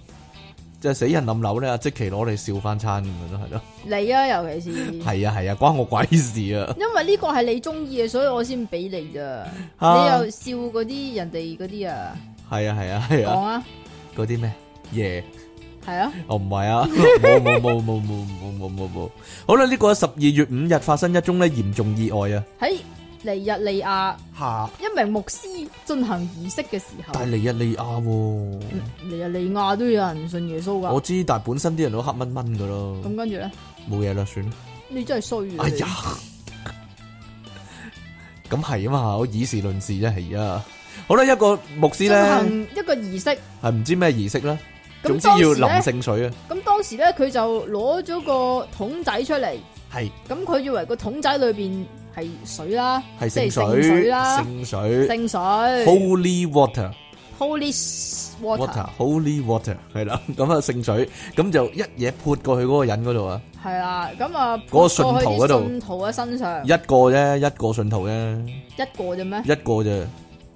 就係死人冧樓咧，阿即奇攞嚟笑翻餐咁樣咯，係咯，你啊，尤其是係啊係啊，關我鬼事啊！因為呢個係你中意嘅，所以我先俾你咋。你啊又笑嗰啲人哋嗰啲啊，係啊係啊係講啊，啊，嗰啲咩耶？係啊，哦唔係 啊，冇冇冇冇冇冇冇冇冇。好啦，呢個十二月五日發生一宗咧嚴重意外啊！喺尼日利亞吓，一名牧師進行儀式嘅時候，Dạ 但係尼日利亞喎，尼日利亞都有人信耶穌我噶。知，但係本身啲人都黑蚊蚊噶咯，咁跟住咧，冇嘢啦，算啦。你真係衰嘅。哎呀，咁係啊嘛，我以事論事啫，係啊。好啦，一個牧師進咧行一個儀式，係唔知咩儀式啦，總咁之要當時淋咧，聖水啊，咁當時咧佢就攞咗個桶仔出嚟，係咁佢以為個桶仔裏邊係水啦，係即係聖聖水水，啦，聖水聖水，Holy water。 ，Holy water water，holy water 係啦， 咁啊聖水，咁就一嘢潑過去嗰個人嗰度啊，係啦，咁啊，嗰個信徒嗰度潑過去啲信徒嘅身上一個啫，一個信徒啫，一個啫咩？一個啫，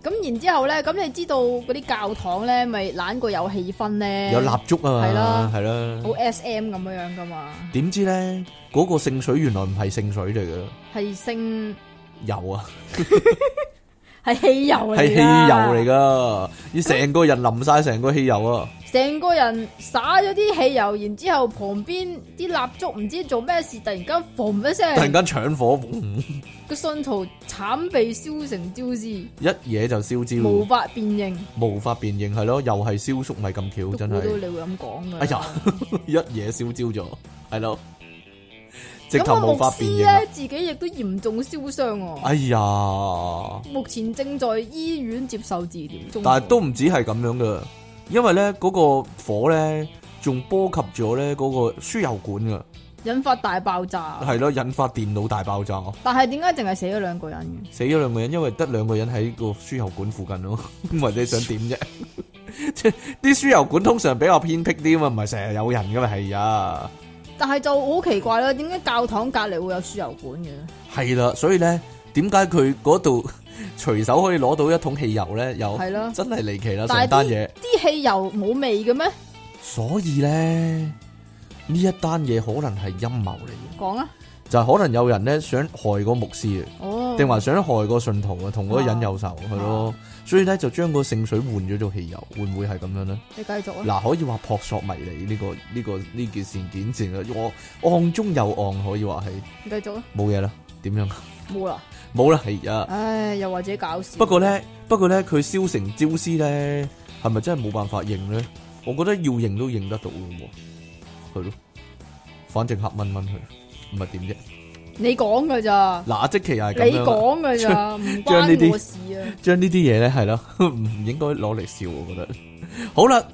咁然之後咧，咁你知道嗰啲教堂咧，咪懶過有氣氛咧，有蠟燭啊係啦嘛，係啦好，S.M. 咁樣樣噶嘛，點知咧嗰個聖水原來唔係聖水嚟嘅，係性油啊，係汽油嚟，係汽油嚟，噶，要成個人淋晒成個汽油啊，成個人灑咗啲汽油，然之後旁邊啲蠟燭唔知做咩事，突然間嘣一突然聲，間搶火，嗯個信徒慘被燒成焦屍，一嘢就燒無焦，法辨認，無法辨認係咯，又係燒粟米咁巧，都真估到係。你會咁講噶。哎呀， 一嘢燒焦咗，係咯，直咁頭個無牧法師辨認啊咧，！自己亦都嚴重燒傷喎，哎呀，目前正在醫院接受治療中。但係都唔止係咁樣噶，因為咧嗰、個火咧仲波及咗咧嗰個輸油管噶，引發大爆炸。係咯，引發電腦大爆炸，但係點解淨係死咗兩個人嘅？死咗兩個人，因為得兩個人喺個輸油管附近咯， 唔係你想點啫？ 即係啲輸油管通常比較偏僻啲啊嘛，唔係成日有人噶嘛，係啊。但係就好奇怪啦，點解教堂隔離會有輸油管嘅？係啦，所以咧，點解佢嗰度 隨手可以攞到一桶汽油咧？又係啦真係離奇啦，但係成單嘢。啲汽油冇味嘅咩？所以咧，呢一單嘢可能係陰謀嚟嘅，講啊！就係可能有人咧想害個牧師啊，哦，定話想害個信徒啊，同嗰個人有仇係咯。所以咧就將個聖水換咗做汽油，會唔會係咁樣咧？你繼續啊！嗱，可以話撲朔迷離呢個呢個呢件事件成啊，我案中有案，可以話係你繼續啊！冇嘢啦，點樣？ 冇啦，冇啦，係啊。唉，又或者搞笑。不過咧，不過咧，佢燒成焦屍咧，係咪真係冇辦法認咧？我覺得要認都認得到嘅喎，係咯，反正黑蚊蚊佢，唔係點啫？你講㗎咋？嗱，阿即其又係你咁樣啦，講㗎咋？唔將呢關啲我事啊！ 將呢啲嘢咧係咯，唔應該攞嚟笑，我覺得。好啦，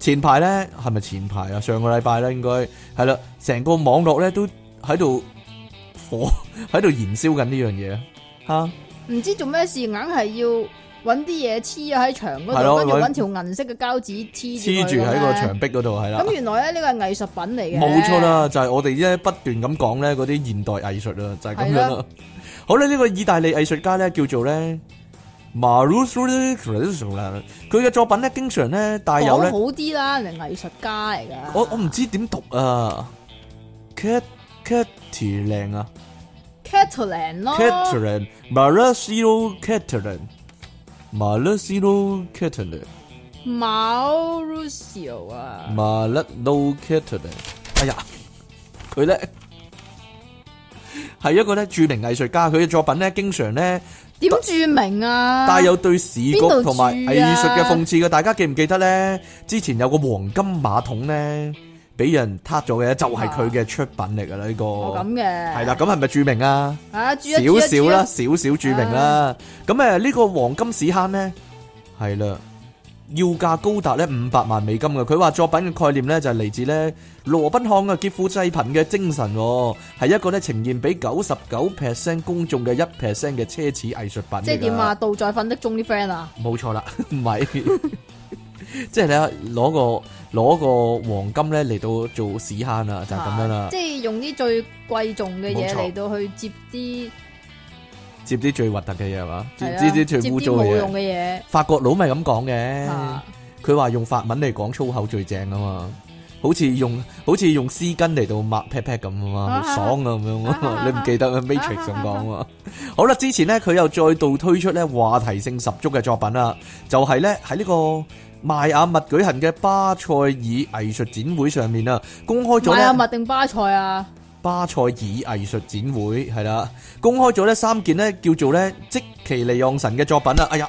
前排咧係咪前排啊？上個禮拜咧應該係啦，成個網絡咧都喺度火 喺度燃燒緊呢樣嘢啊嚇，唔知做咩事，硬係要揾啲嘢黐喺牆嗰係咯度，跟住搵揾條銀色嘅膠紙黐黐住喺個個。牆壁嗰度係啦咁。原來咧呢個係藝術品嚟嘅，冇錯。啦，就係我哋咧不斷咁講咧嗰啲現代藝術啦，就係、咁樣係啦。好啦，呢、個意大利藝術家咧叫做咧 Maruso Cruz 啦，佢嘅作品咧經常咧帶有講咧哦好，啲啦，人哋藝術家嚟㗎。我我唔知點讀啊 c a t e l i n 啊 Catalan 咯 c a t e l i n Maruso c a t e l i n Maruso c a t e l i n ，Mauricio 啊，麻甩撈 Catalan，哎呀，佢咧係一個咧著名藝術家，佢嘅作品咧經常咧點注明啊？帶有對視覺邊度住啊同埋藝術嘅諷刺嘅。大家記唔記得咧？之前有個黃金馬桶咧，俾人撻咗嘅，就係佢嘅出品嚟噶啦呢個。我啊哦咁嘅，係啦，咁係咪著名啊？啊，注一少注一啊少啦，少注少著名啦。咁誒呢個黃金屎坑咧，係啦，要價高達咧五百萬美金嘅。佢話作品嘅概念咧就係嚟自咧羅賓漢嘅劫富濟貧嘅精神喎，係一個咧呈現俾九十九 percent 公眾嘅一 percent 嘅奢侈藝術品嚟㗎一即係點啊？？倒在瞓的中啲 friend 啊，冇錯啦， 唔係，即係你啊攞個攞個黃金咧嚟到做屎坑啊，就係咁樣啊啦即，係用啲最貴重嘅冇嘢錯嚟到去接啲接啲最核突嘅嘢係嘛，接係啊啲最接污啲糟冇嘅嘢用。嘅嘢法國佬咪咁講嘅，啊佢話用法文嚟講粗口最正啊嘛，好似用好似用絲巾嚟到抹 pat pat 咁啊嘛，啊好爽啊咁樣啊嘛，啊你唔記得咩 Matrix 咁講啊嘛？好啦，之前呢，佢又再度推出咧話題性十足嘅作品啦，就係咧喺呢個邁阿密舉行嘅巴塞爾藝術展會上面啊，公開咗買呢阿麥定巴塞啊？巴塞爾藝術展會係啦，公開咗呢三件呢叫做呢即其利昂神嘅作品啦，哎呀，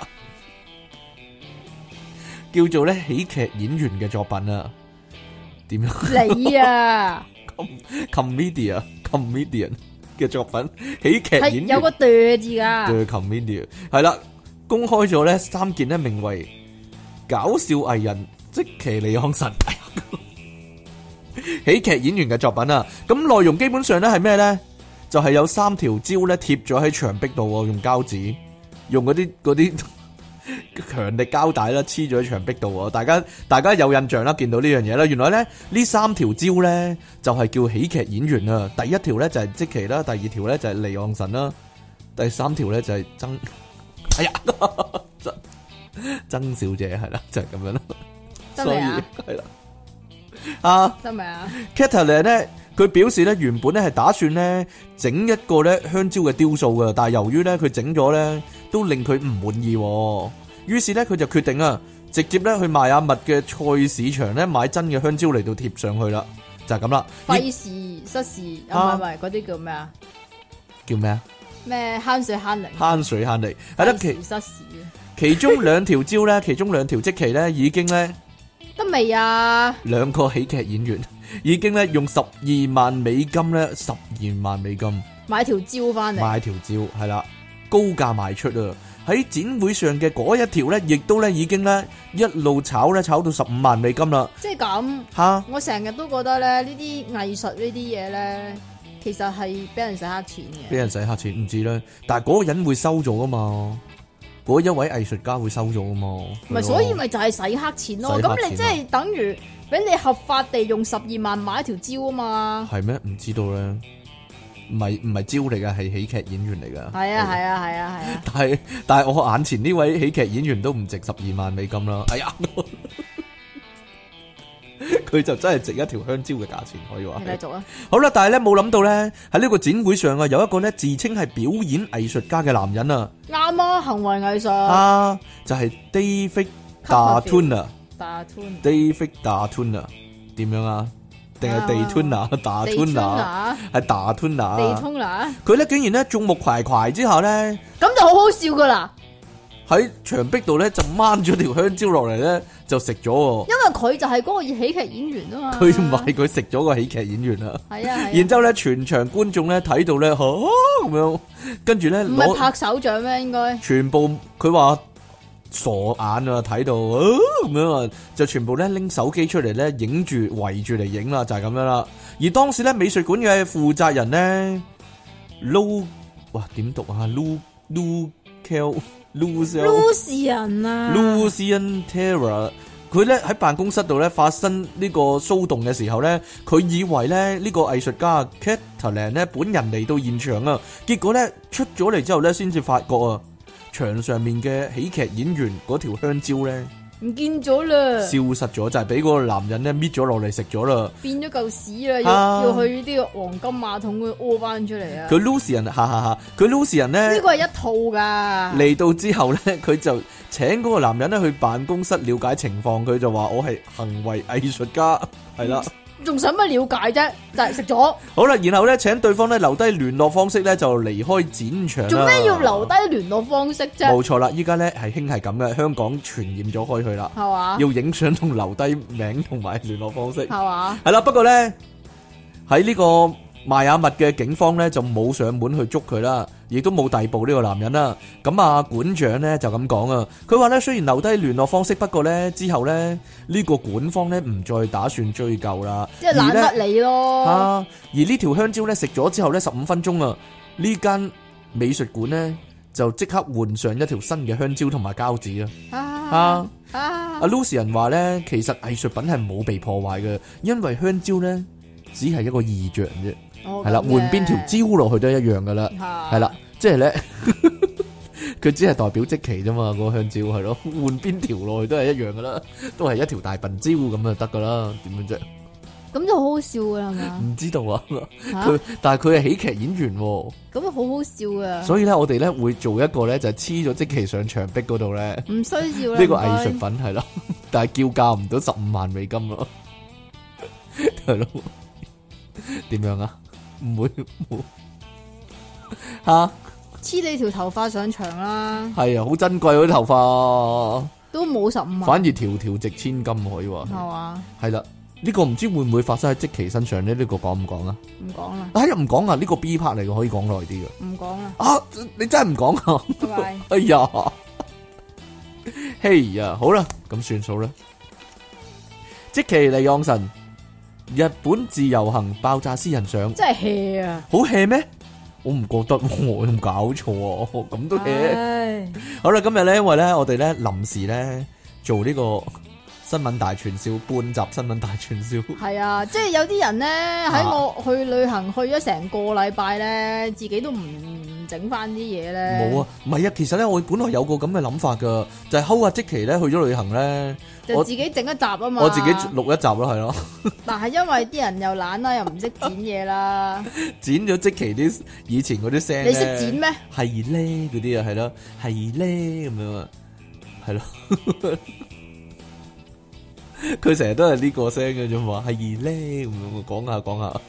叫做呢喜劇演員嘅作品啦，點樣 你啊， comedian，comedian 嘅作品，喜劇係演有員個對字㗎，嘅 comedian 係啦，公開咗呢三件呢名為搞笑藝人即其利昂神。哎呀 喜劇演員嘅作品啊。咁內容基本上咧係咩咧？就係、有三條蕉咧貼咗喺牆壁度喎，用膠紙，用嗰啲嗰啲 強力膠帶啦，黐咗喺牆壁度喎。大家大家有印象啦，見到呢樣嘢啦。原來咧呢三條蕉咧就係、叫喜劇演員啊。第一條咧就係即奇啦，第二條咧就係離岸神啦，第三條咧就係曾， 哎呀，曾曾小姐係啦， 就係、咁樣啦。真所以係啊，係啦，啊。真係啊， Catalan 咧，佢表示咧原本咧係打算咧整一個咧香蕉嘅雕塑嘅，但係由於咧佢整咗咧都令佢唔滿意喎，於是咧佢就決定啊，直接咧去邁阿密嘅菜市場咧買真嘅香蕉嚟到貼上去啦，就係咁啦。咦費事失事啊，唔係唔係嗰啲叫咩啊？叫咩啊？咩慳水慳力，慳水慳力，係啦，費其事失事其中兩條蕉咧，其中兩條即期咧已經咧。得未啊？兩個喜劇演員 已經咧用十二萬美金咧，十二萬美金買條蕉翻嚟，買條蕉係啦，高價賣出啊！喺展會上嘅嗰一條咧，亦都咧已經咧一路炒咧炒到十五萬美金啦，即係咁。吓我成日都覺得咧，呢啲藝術呢啲嘢咧，其實係俾人洗黑錢俾嘅。人洗黑錢唔知咧，但係嗰個人會收咗噶嘛，嗰一位藝術家會收咗噶嘛，唔係，所以咪就係洗黑錢咯。洗黑錢啊咁你即係等於俾你合法地用十二萬買一條蕉啊嘛。係咩？唔知道咧，唔係唔係蕉嚟噶，係喜劇演員嚟噶，係啊，係啊，係啊，係啊。但係但係我眼前呢位喜劇演員都唔值十二萬美金 啦，哎呀，佢就真係值一條香蕉嘅價錢，可以話你係。繼續啊，好啦，但係咧冇諗到咧喺呢個展會上啊，有一個咧自稱係表演藝術家嘅男人啊，啱啊，行為藝術啊就係、David d a t u n a 打 turn David d a t u n a 點樣啊？定係啊 d a t u n a d a 地 t u 通 n a 啦，係 d a t u n 地 a 通啦，佢咧竟然咧眾目睽睽之下咧。咁就好好笑噶啦。喺牆壁度咧就掹咗條香蕉落嚟咧就食 咗喎，因為佢就係嗰個喜劇演員啊嘛。佢唔係佢食咗個喜劇演員啦。係啊，係然啊。之後咧全場觀眾咧睇到 咧嚇咁樣，跟住咧唔係攞拍手掌咩？應該全部佢話傻眼啊，睇到 啊咁樣啊，就全部咧拎手機出嚟咧影住圍住嚟影啦，就係、咁樣啦。而當時咧美術館嘅負責人咧 Lu 哇點讀啊 Lu Lu Kel Lu Kel。 Lucian 啊 Lucian Terra，佢咧喺辦公室度咧發生呢個騷動嘅時候咧，佢以為咧呢個藝術家 Catalan 咧本人嚟到現場啊，結果咧出咗嚟之後咧先至發覺啊，牆上面嘅喜劇演員嗰條香蕉咧唔見咗啦消，失咗，就係俾嗰個男人咧搣咗落嚟食咗啦。變咗嚿屎啦，啊要要去呢個黃金馬桶嗰度屙翻出嚟啊！佢 Lucian 哈哈哈，佢 Lucian 咧呢個係啊一套㗎，嚟到之後呢，佢就請嗰個男人咧去辦公室了解情況，佢就話我係行為藝術家，係啦。仲使乜了解啫？就係食咗，好啦，然後咧請對方咧留低聯絡方式咧就離開展場啦做咩要留？低聯絡方式啫？冇錯啦，依家咧係興係咁嘅，香港傳染咗開去啦，係嘛？要影相同留低名同埋聯絡方式。係嘛？係啦，不過咧喺呢個邁阿密嘅警方咧就冇上門去捉佢啦，亦都冇逮捕呢個男人啦。咁啊，館長咧就咁講啊，佢話咧雖然留低聯絡方式，不過咧之後咧呢個館方咧唔再打算追究啦，即係而懶呢得你咯，啊！而呢條香蕉咧食咗之後咧，十五分鐘啊，呢間美術館咧就即刻換上一條新嘅香蕉同埋膠紙啊！啊啊啊阿 Lucian 話咧，其實藝術品係冇被破壞嘅，因為香蕉咧只係一個意象啫，係係啦，換邊條蕉落去都一樣噶啦，係係啦，，即係咧。 佢只係代表即期啫嘛，個香蕉係咯，換邊條落去都係一樣噶啦，都係一條大笨蕉咁就得噶啦，點樣啫？咁就好好笑㗎啦係嘛？唔知道啊，嚇佢但係佢係喜劇演員喎、咁好好笑 㗎，所以咧，我哋咧會做一個咧就係黐咗即期上牆壁嗰度咧，唔需要啦。呢個唔該藝術品係咯， 但係叫價唔到十五萬美金咯， 係咯，點樣啊？唔會冇嚇，黐你條頭髮上牆啦，係啊，好珍貴嗰啲頭都冇十五髮，萬，反而條條值千金可以係話嘛？係啦。呢個唔知會唔會發生喺即期身上咧？呢個講唔講啊？唔講啦，哎呀，唔講啊！呢個 B part 嚟嘅，可以講耐啲嘅。唔講 啦，啊，你真係唔講啊！拜拜。 哎呀，嘿呀，好啦，咁算數啦。即其利昂神，日本自由行爆炸私人相，真係 hea 啊！好 hea 咩？我唔覺得 喎，我有冇搞錯啊？我咁都 hea。唉，好啦，今日咧，因為咧，我哋咧臨時咧做呢個新聞大串燒，半集新聞大串燒， 係啊，即係有啲人咧喺啊我去旅行去咗成個禮拜咧，自己都唔整翻啲嘢咧。冇啊，唔係啊，其實咧，我本來有個咁嘅諗法噶，就係睺阿即其咧去咗旅行咧，就我自己整一集啊嘛。我自己錄一集咯，係咯。但係因為啲人又懶啦，又唔識剪 嘢啦。剪咗即期啲以前嗰啲聲你識剪咩？係咧嗰啲啊，係咯，係咧咁樣啊，係咯。 佢成日都係呢個聲嘅啫嘛，係咧咁樣講下講下，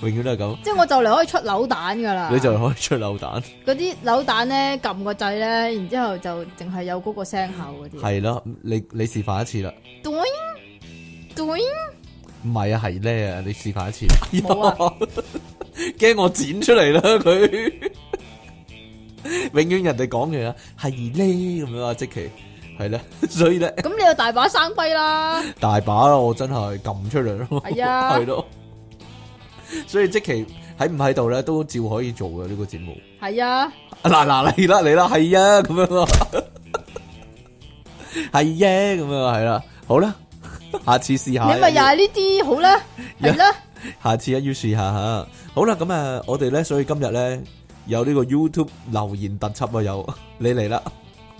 永遠都係咁，即係我就嚟可以出扭蛋噶啦。你就可以出扭蛋，嗰啲扭蛋咧，撳個掣咧，然之後就淨係有嗰個聲效嗰啲。係咯，你你示範一次啦， doing doing 唔係啊，係咧啊，你示範一次，冇啊 驚我剪出嚟啦佢， 永遠人哋講嘅啊，係咧咁樣啊，即期係啦，所以咧。咁你有大把生輝啦，大把啦，我真係撳出嚟咯，係 啊係咯。所以即期喺唔喺度咧，都照可以做嘅呢、個節目。係啊，嗱嗱嚟啦嚟啦，係啊咁樣啊， 係啊咁樣啊係啦，好啦， 下次試下。你咪又係呢啲 好啦，係啦，下次一於試下吓。好啦，咁啊，我哋咧，所以今日咧有呢個 YouTube 留言特輯啊，有 你嚟啦，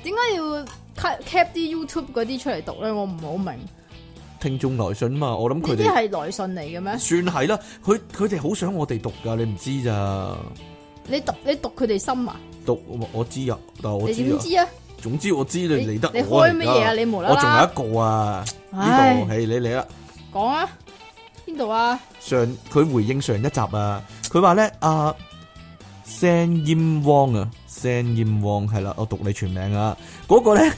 點解要 cut cap 啲 YouTube 嗰啲出嚟讀咧？我唔係好明，呢聽眾來信嘛，我諗佢啲哋。係來信嚟嘅咩？算係啦，佢佢哋好想我哋讀噶，你唔知咋？你讀你讀佢哋心啊？讀我我知啊，但係我你知點啊。知啊？總之我知你你嚟得你我開乜嘢啊？而家你無啦我啦仲有一個啊，唉呢度係你嚟啦。講啊？邊度啊？上佢回應上一集啊，佢話咧啊。聲音汪啊，聲音汪係啦，我讀你全名啊，嗰、個咧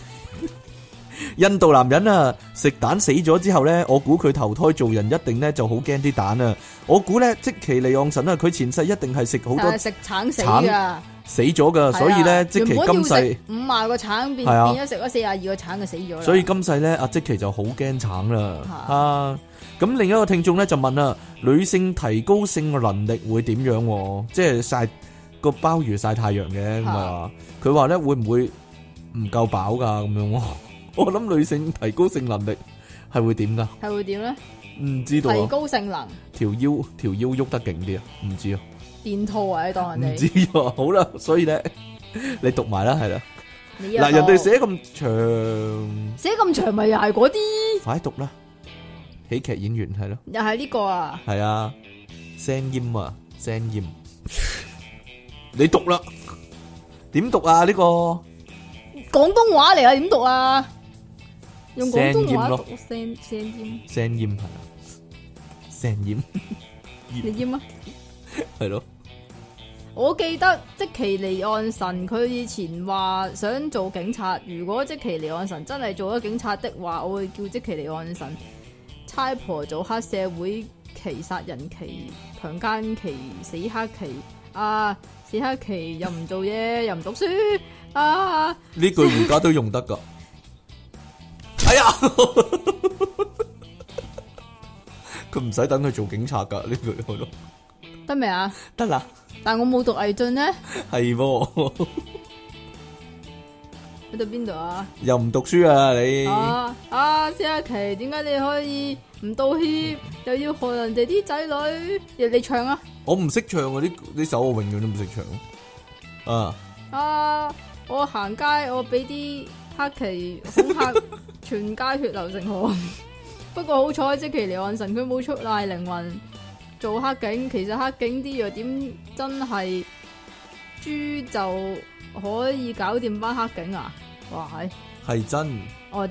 印度男人啊，食蛋死咗之後呢，我估佢投胎做人一定呢就好驚啲蛋啊！我估呢，即其利昂神啊，佢前世一定係食好多但系食橙死啊橙噶，死咗噶，所以呢，即其今世，五廿個橙變係啊變咗食咗四廿二個橙就死咗啦。所以今世呢，阿即其就好驚橙啦嚇啊！咁另一個聽眾呢就問啦，女性提高性能力會點樣喎？即係曬個鮑魚曬太陽嘅咁啊！佢話呢會唔會唔夠飽噶咁樣喎？ 我諗女性提高性能力係會點噶？係會點咧？唔知道提啊。高性能，條腰條腰喐得勁啲啊？唔知啊，電套啊！你當唔人知哋啊， 好啦，所以咧，你讀埋啦，係啦，你啊嗱，人哋寫寫咁長，寫咁長咪又係嗰啲，快讀啦，喜劇演員係咯，又係呢個啊！係啊，聲音啊，聲音，你讀啦，點讀啊？呢個廣東話嚟啊，點讀啊？用廣聲東厭話咯讀啊聲聲音，聲音係啊，聲 音你厭啊！係咯，我記得即其離岸神佢以前話想做警察，如果即其離岸神真係做咗警察的話，我會叫即其離岸神差婆做黑社會奇殺人奇強姦奇死黑奇啊死黑奇又唔做嘢又唔讀書啊！呢句而家都用得噶。哎呀， 佢唔使等佢做警察噶呢句係咯，得未啊？得啦。但我冇讀魏俊呢，系喎，去到邊度啊？又唔讀書啊你？啊啊！斯嘉琪，點解你可以唔道歉，又要害人哋啲仔女？你你唱啊！我唔識唱嗰啲呢首，我永遠都唔識唱。啊，啊！我行街，我俾啲黑旗恐嚇，全街血流成河。 不過好彩，即其離岸神佢冇出賴靈魂做黑警。其實黑警啲弱點真係豬就可以搞掂班黑警啊！哇，係係真，我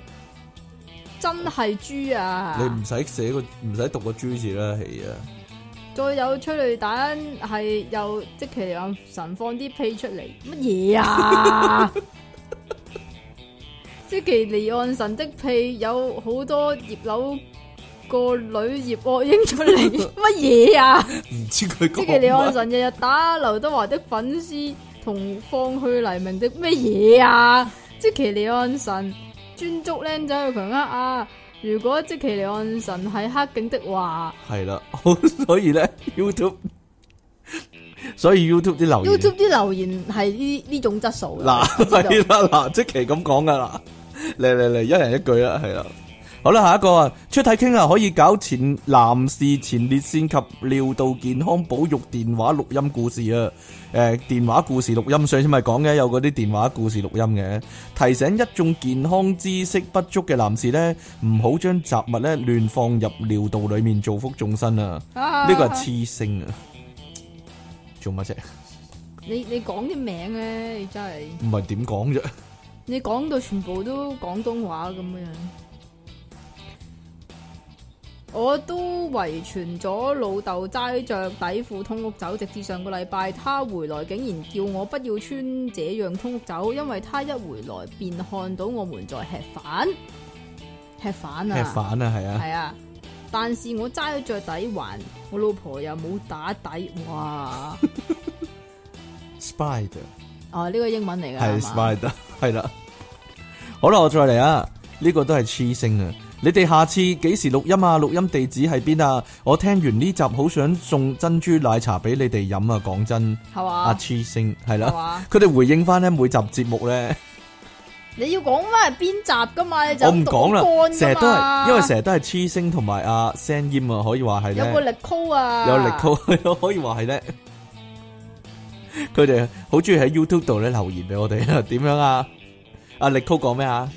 真係豬啊！你唔使寫個唔使讀個豬字啦，係啊， 再有催淚彈係又即其離岸神放啲屁出嚟，乜嘢啊？即其離岸神的屁有好多葉柳個女葉惡英出嚟，乜嘢啊？唔知佢即其離岸講乜？神日日打劉德華的粉絲同放去黎明的乜嘢啊？即其離岸神專捉僆仔去強呃啊！如果即其離岸神係黑警的話。係啦，好，所以咧 YouTube，所以 YouTube 啲留言啊 YouTube 啲留言係呢呢種質素嘅嗱我知道 係啦，嗱即期咁講噶啦，嚟嚟嚟，一人一句啦，係啦。好啦，下一個啊，出體傾啊，可以搞前男士前列腺及尿道健康保育電話錄音故事啊！誒、電話故事錄音上次咪講嘅，有嗰啲電話故事錄音嘅，提醒一眾健康知識不足嘅男士呢，唔好將雜物呢亂放入尿道裡面，造福眾生啊！啊呢個係痴星啊！做乜啫？你你講啲名咧，你真係唔係點講啫？你講到全部都廣東話咁樣。我都遺傳咗老豆齋着底褲通屋走，直至上個禮拜他回來竟然叫我不要穿這樣通屋走，因為他一回來便看到我們在吃飯，吃飯吃啊！飯啊，係啊！系啊，但是我齋着底環，我老婆又冇打底， 哇！ Spider 啊呢個英文嚟噶係 Spider 係啦。好啦，我再嚟啊！呢、個都係黐星啊！你哋下次幾時錄音啊？錄音地址喺邊啊？我聽完呢集好想送珍珠奶茶俾你哋飲啊！講真，係阿嘛黐星係係啦，嘛，佢哋回應翻咧每集節目咧，你要講翻係邊集噶嘛？你就我唔講啦，成日都係係因為成日都係黐星同埋阿聲音啊，可以話係有個咧力 call 啊，有力 call，可以話係咧，佢哋好中意喺 YouTube 度咧留言俾我哋啊！點樣啊？阿力 call 講咩啊？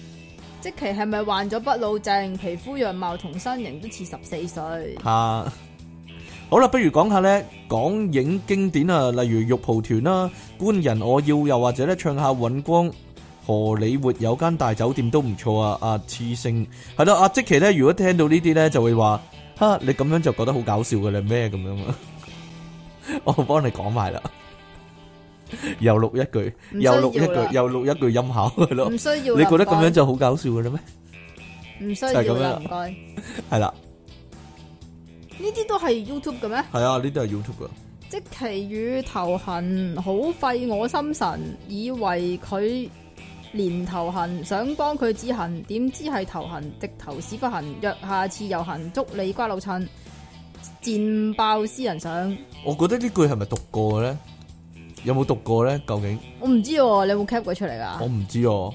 即其係咪患咗不老症，皮膚樣貌同身形都似十四歲？啊，好啦，不如講下咧港影經典啊，例如《玉蒲團》啦，《官人我要》，又或者咧唱下尹光。荷里活有間大酒店都唔錯啊！阿次星係啦，阿即奇咧，如果聽到呢啲咧，就會話：哈，你咁樣就覺得好搞笑嘅啦，咩咁樣啊？ 我幫你講埋啦，又錄一句，唔又錄需要一句啦，又錄一句音效係咯唔。需要啦。你覺得咁樣講就好搞笑嘅啦咩？唔需就要係咁樣啦啦，唔該。呢系啦，啲都係 YouTube 嘅咩？系啊，呢啲係 YouTube 噶，即其與頭痕，好費我心神，以為佢連頭痕，想幫佢止痕，點知係頭痕，直頭屎忽痕。若下次又痕，祝你瓜老襯，賤爆私人相。我覺得呢句係咪讀過嘅咧？有冇讀過咧？究竟？我唔知喎，你有冇 cap 佢出嚟我噶？唔知哦。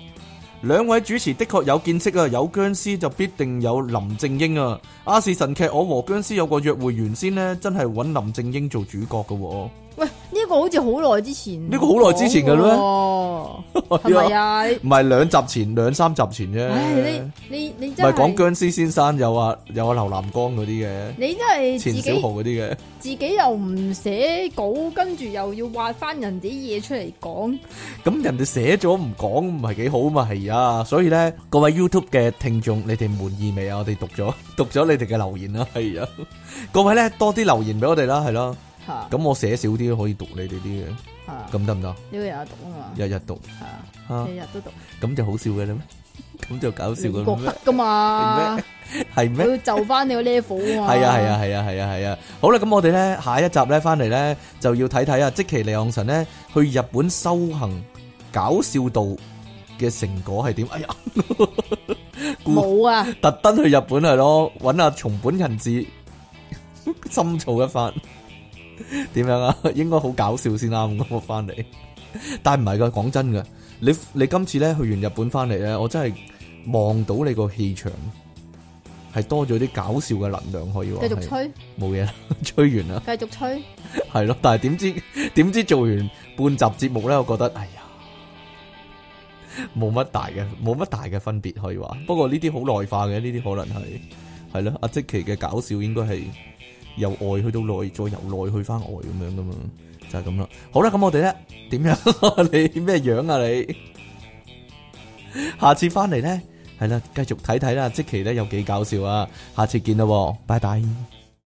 兩位主持的確有見識啊，有僵屍就必定有林正英啊。亞視神劇《我和僵屍有個約會》原先呢，真係揾林正英做主角嘅喎。喂，呢、個好似好耐之前，呢個好耐之前嘅咩咩？係咪啊？你哎唔係兩集前、兩三集前啫。唉，你你你唔真係講係僵屍先生有啊有啊劉南光嗰啲嘅，你真係自錢小己豪嗰啲嘅，自己又唔寫稿，跟住又要挖翻人哋啲嘢出嚟講。咁人哋寫咗唔講唔係幾好嘛係啊，所以呢，各位 YouTube 嘅聽眾，你哋滿意未啊？我哋讀咗 讀咗你哋嘅留言啦，係啊，各位呢，多啲留言俾我哋啦，係咯。吓咁我寫少啲可以讀你哋啲嘅，吓，咁得唔得？你要日日讀啊嘛，日日讀吓啊，日日都讀，咁就好笑嘅啦 咩？咁就搞笑你嘅覺啦咩得？噶嘛咩？係佢咩？要就翻你個 level 啊嘛。係啊係啊係啊係啊係啊！好啦，咁我哋咧下一集咧翻嚟咧就要睇睇啊，即其利昂神咧去日本修行搞笑道嘅成果係點？哎呀，故冇啊，特登去日本係咯，揾阿松本人 志深造一番，點樣啊？ 應該好搞笑先啱咁我翻嚟，但唔係噶，講真嘅，你你今次咧去完日本翻嚟咧，我真係望到你個氣場係多咗啲搞笑嘅能量，可以話繼續係吹，冇嘢啦， 吹完啦，繼續吹， 係咯，但係點知點知做完半集節目咧，我覺得哎呀，冇乜大嘅冇乜大嘅分別可以話。不過呢啲好內化嘅，呢啲可能係係咯，阿即奇嘅搞笑應該係由外去到內，再由內去翻外咁樣噶嘛，就係咁啦。好啦，咁我哋咧點樣？ 你咩樣啊你？下次翻嚟咧，係啦，繼續睇睇啦，即奇咧有幾搞笑啊！下次見啦喎，拜拜。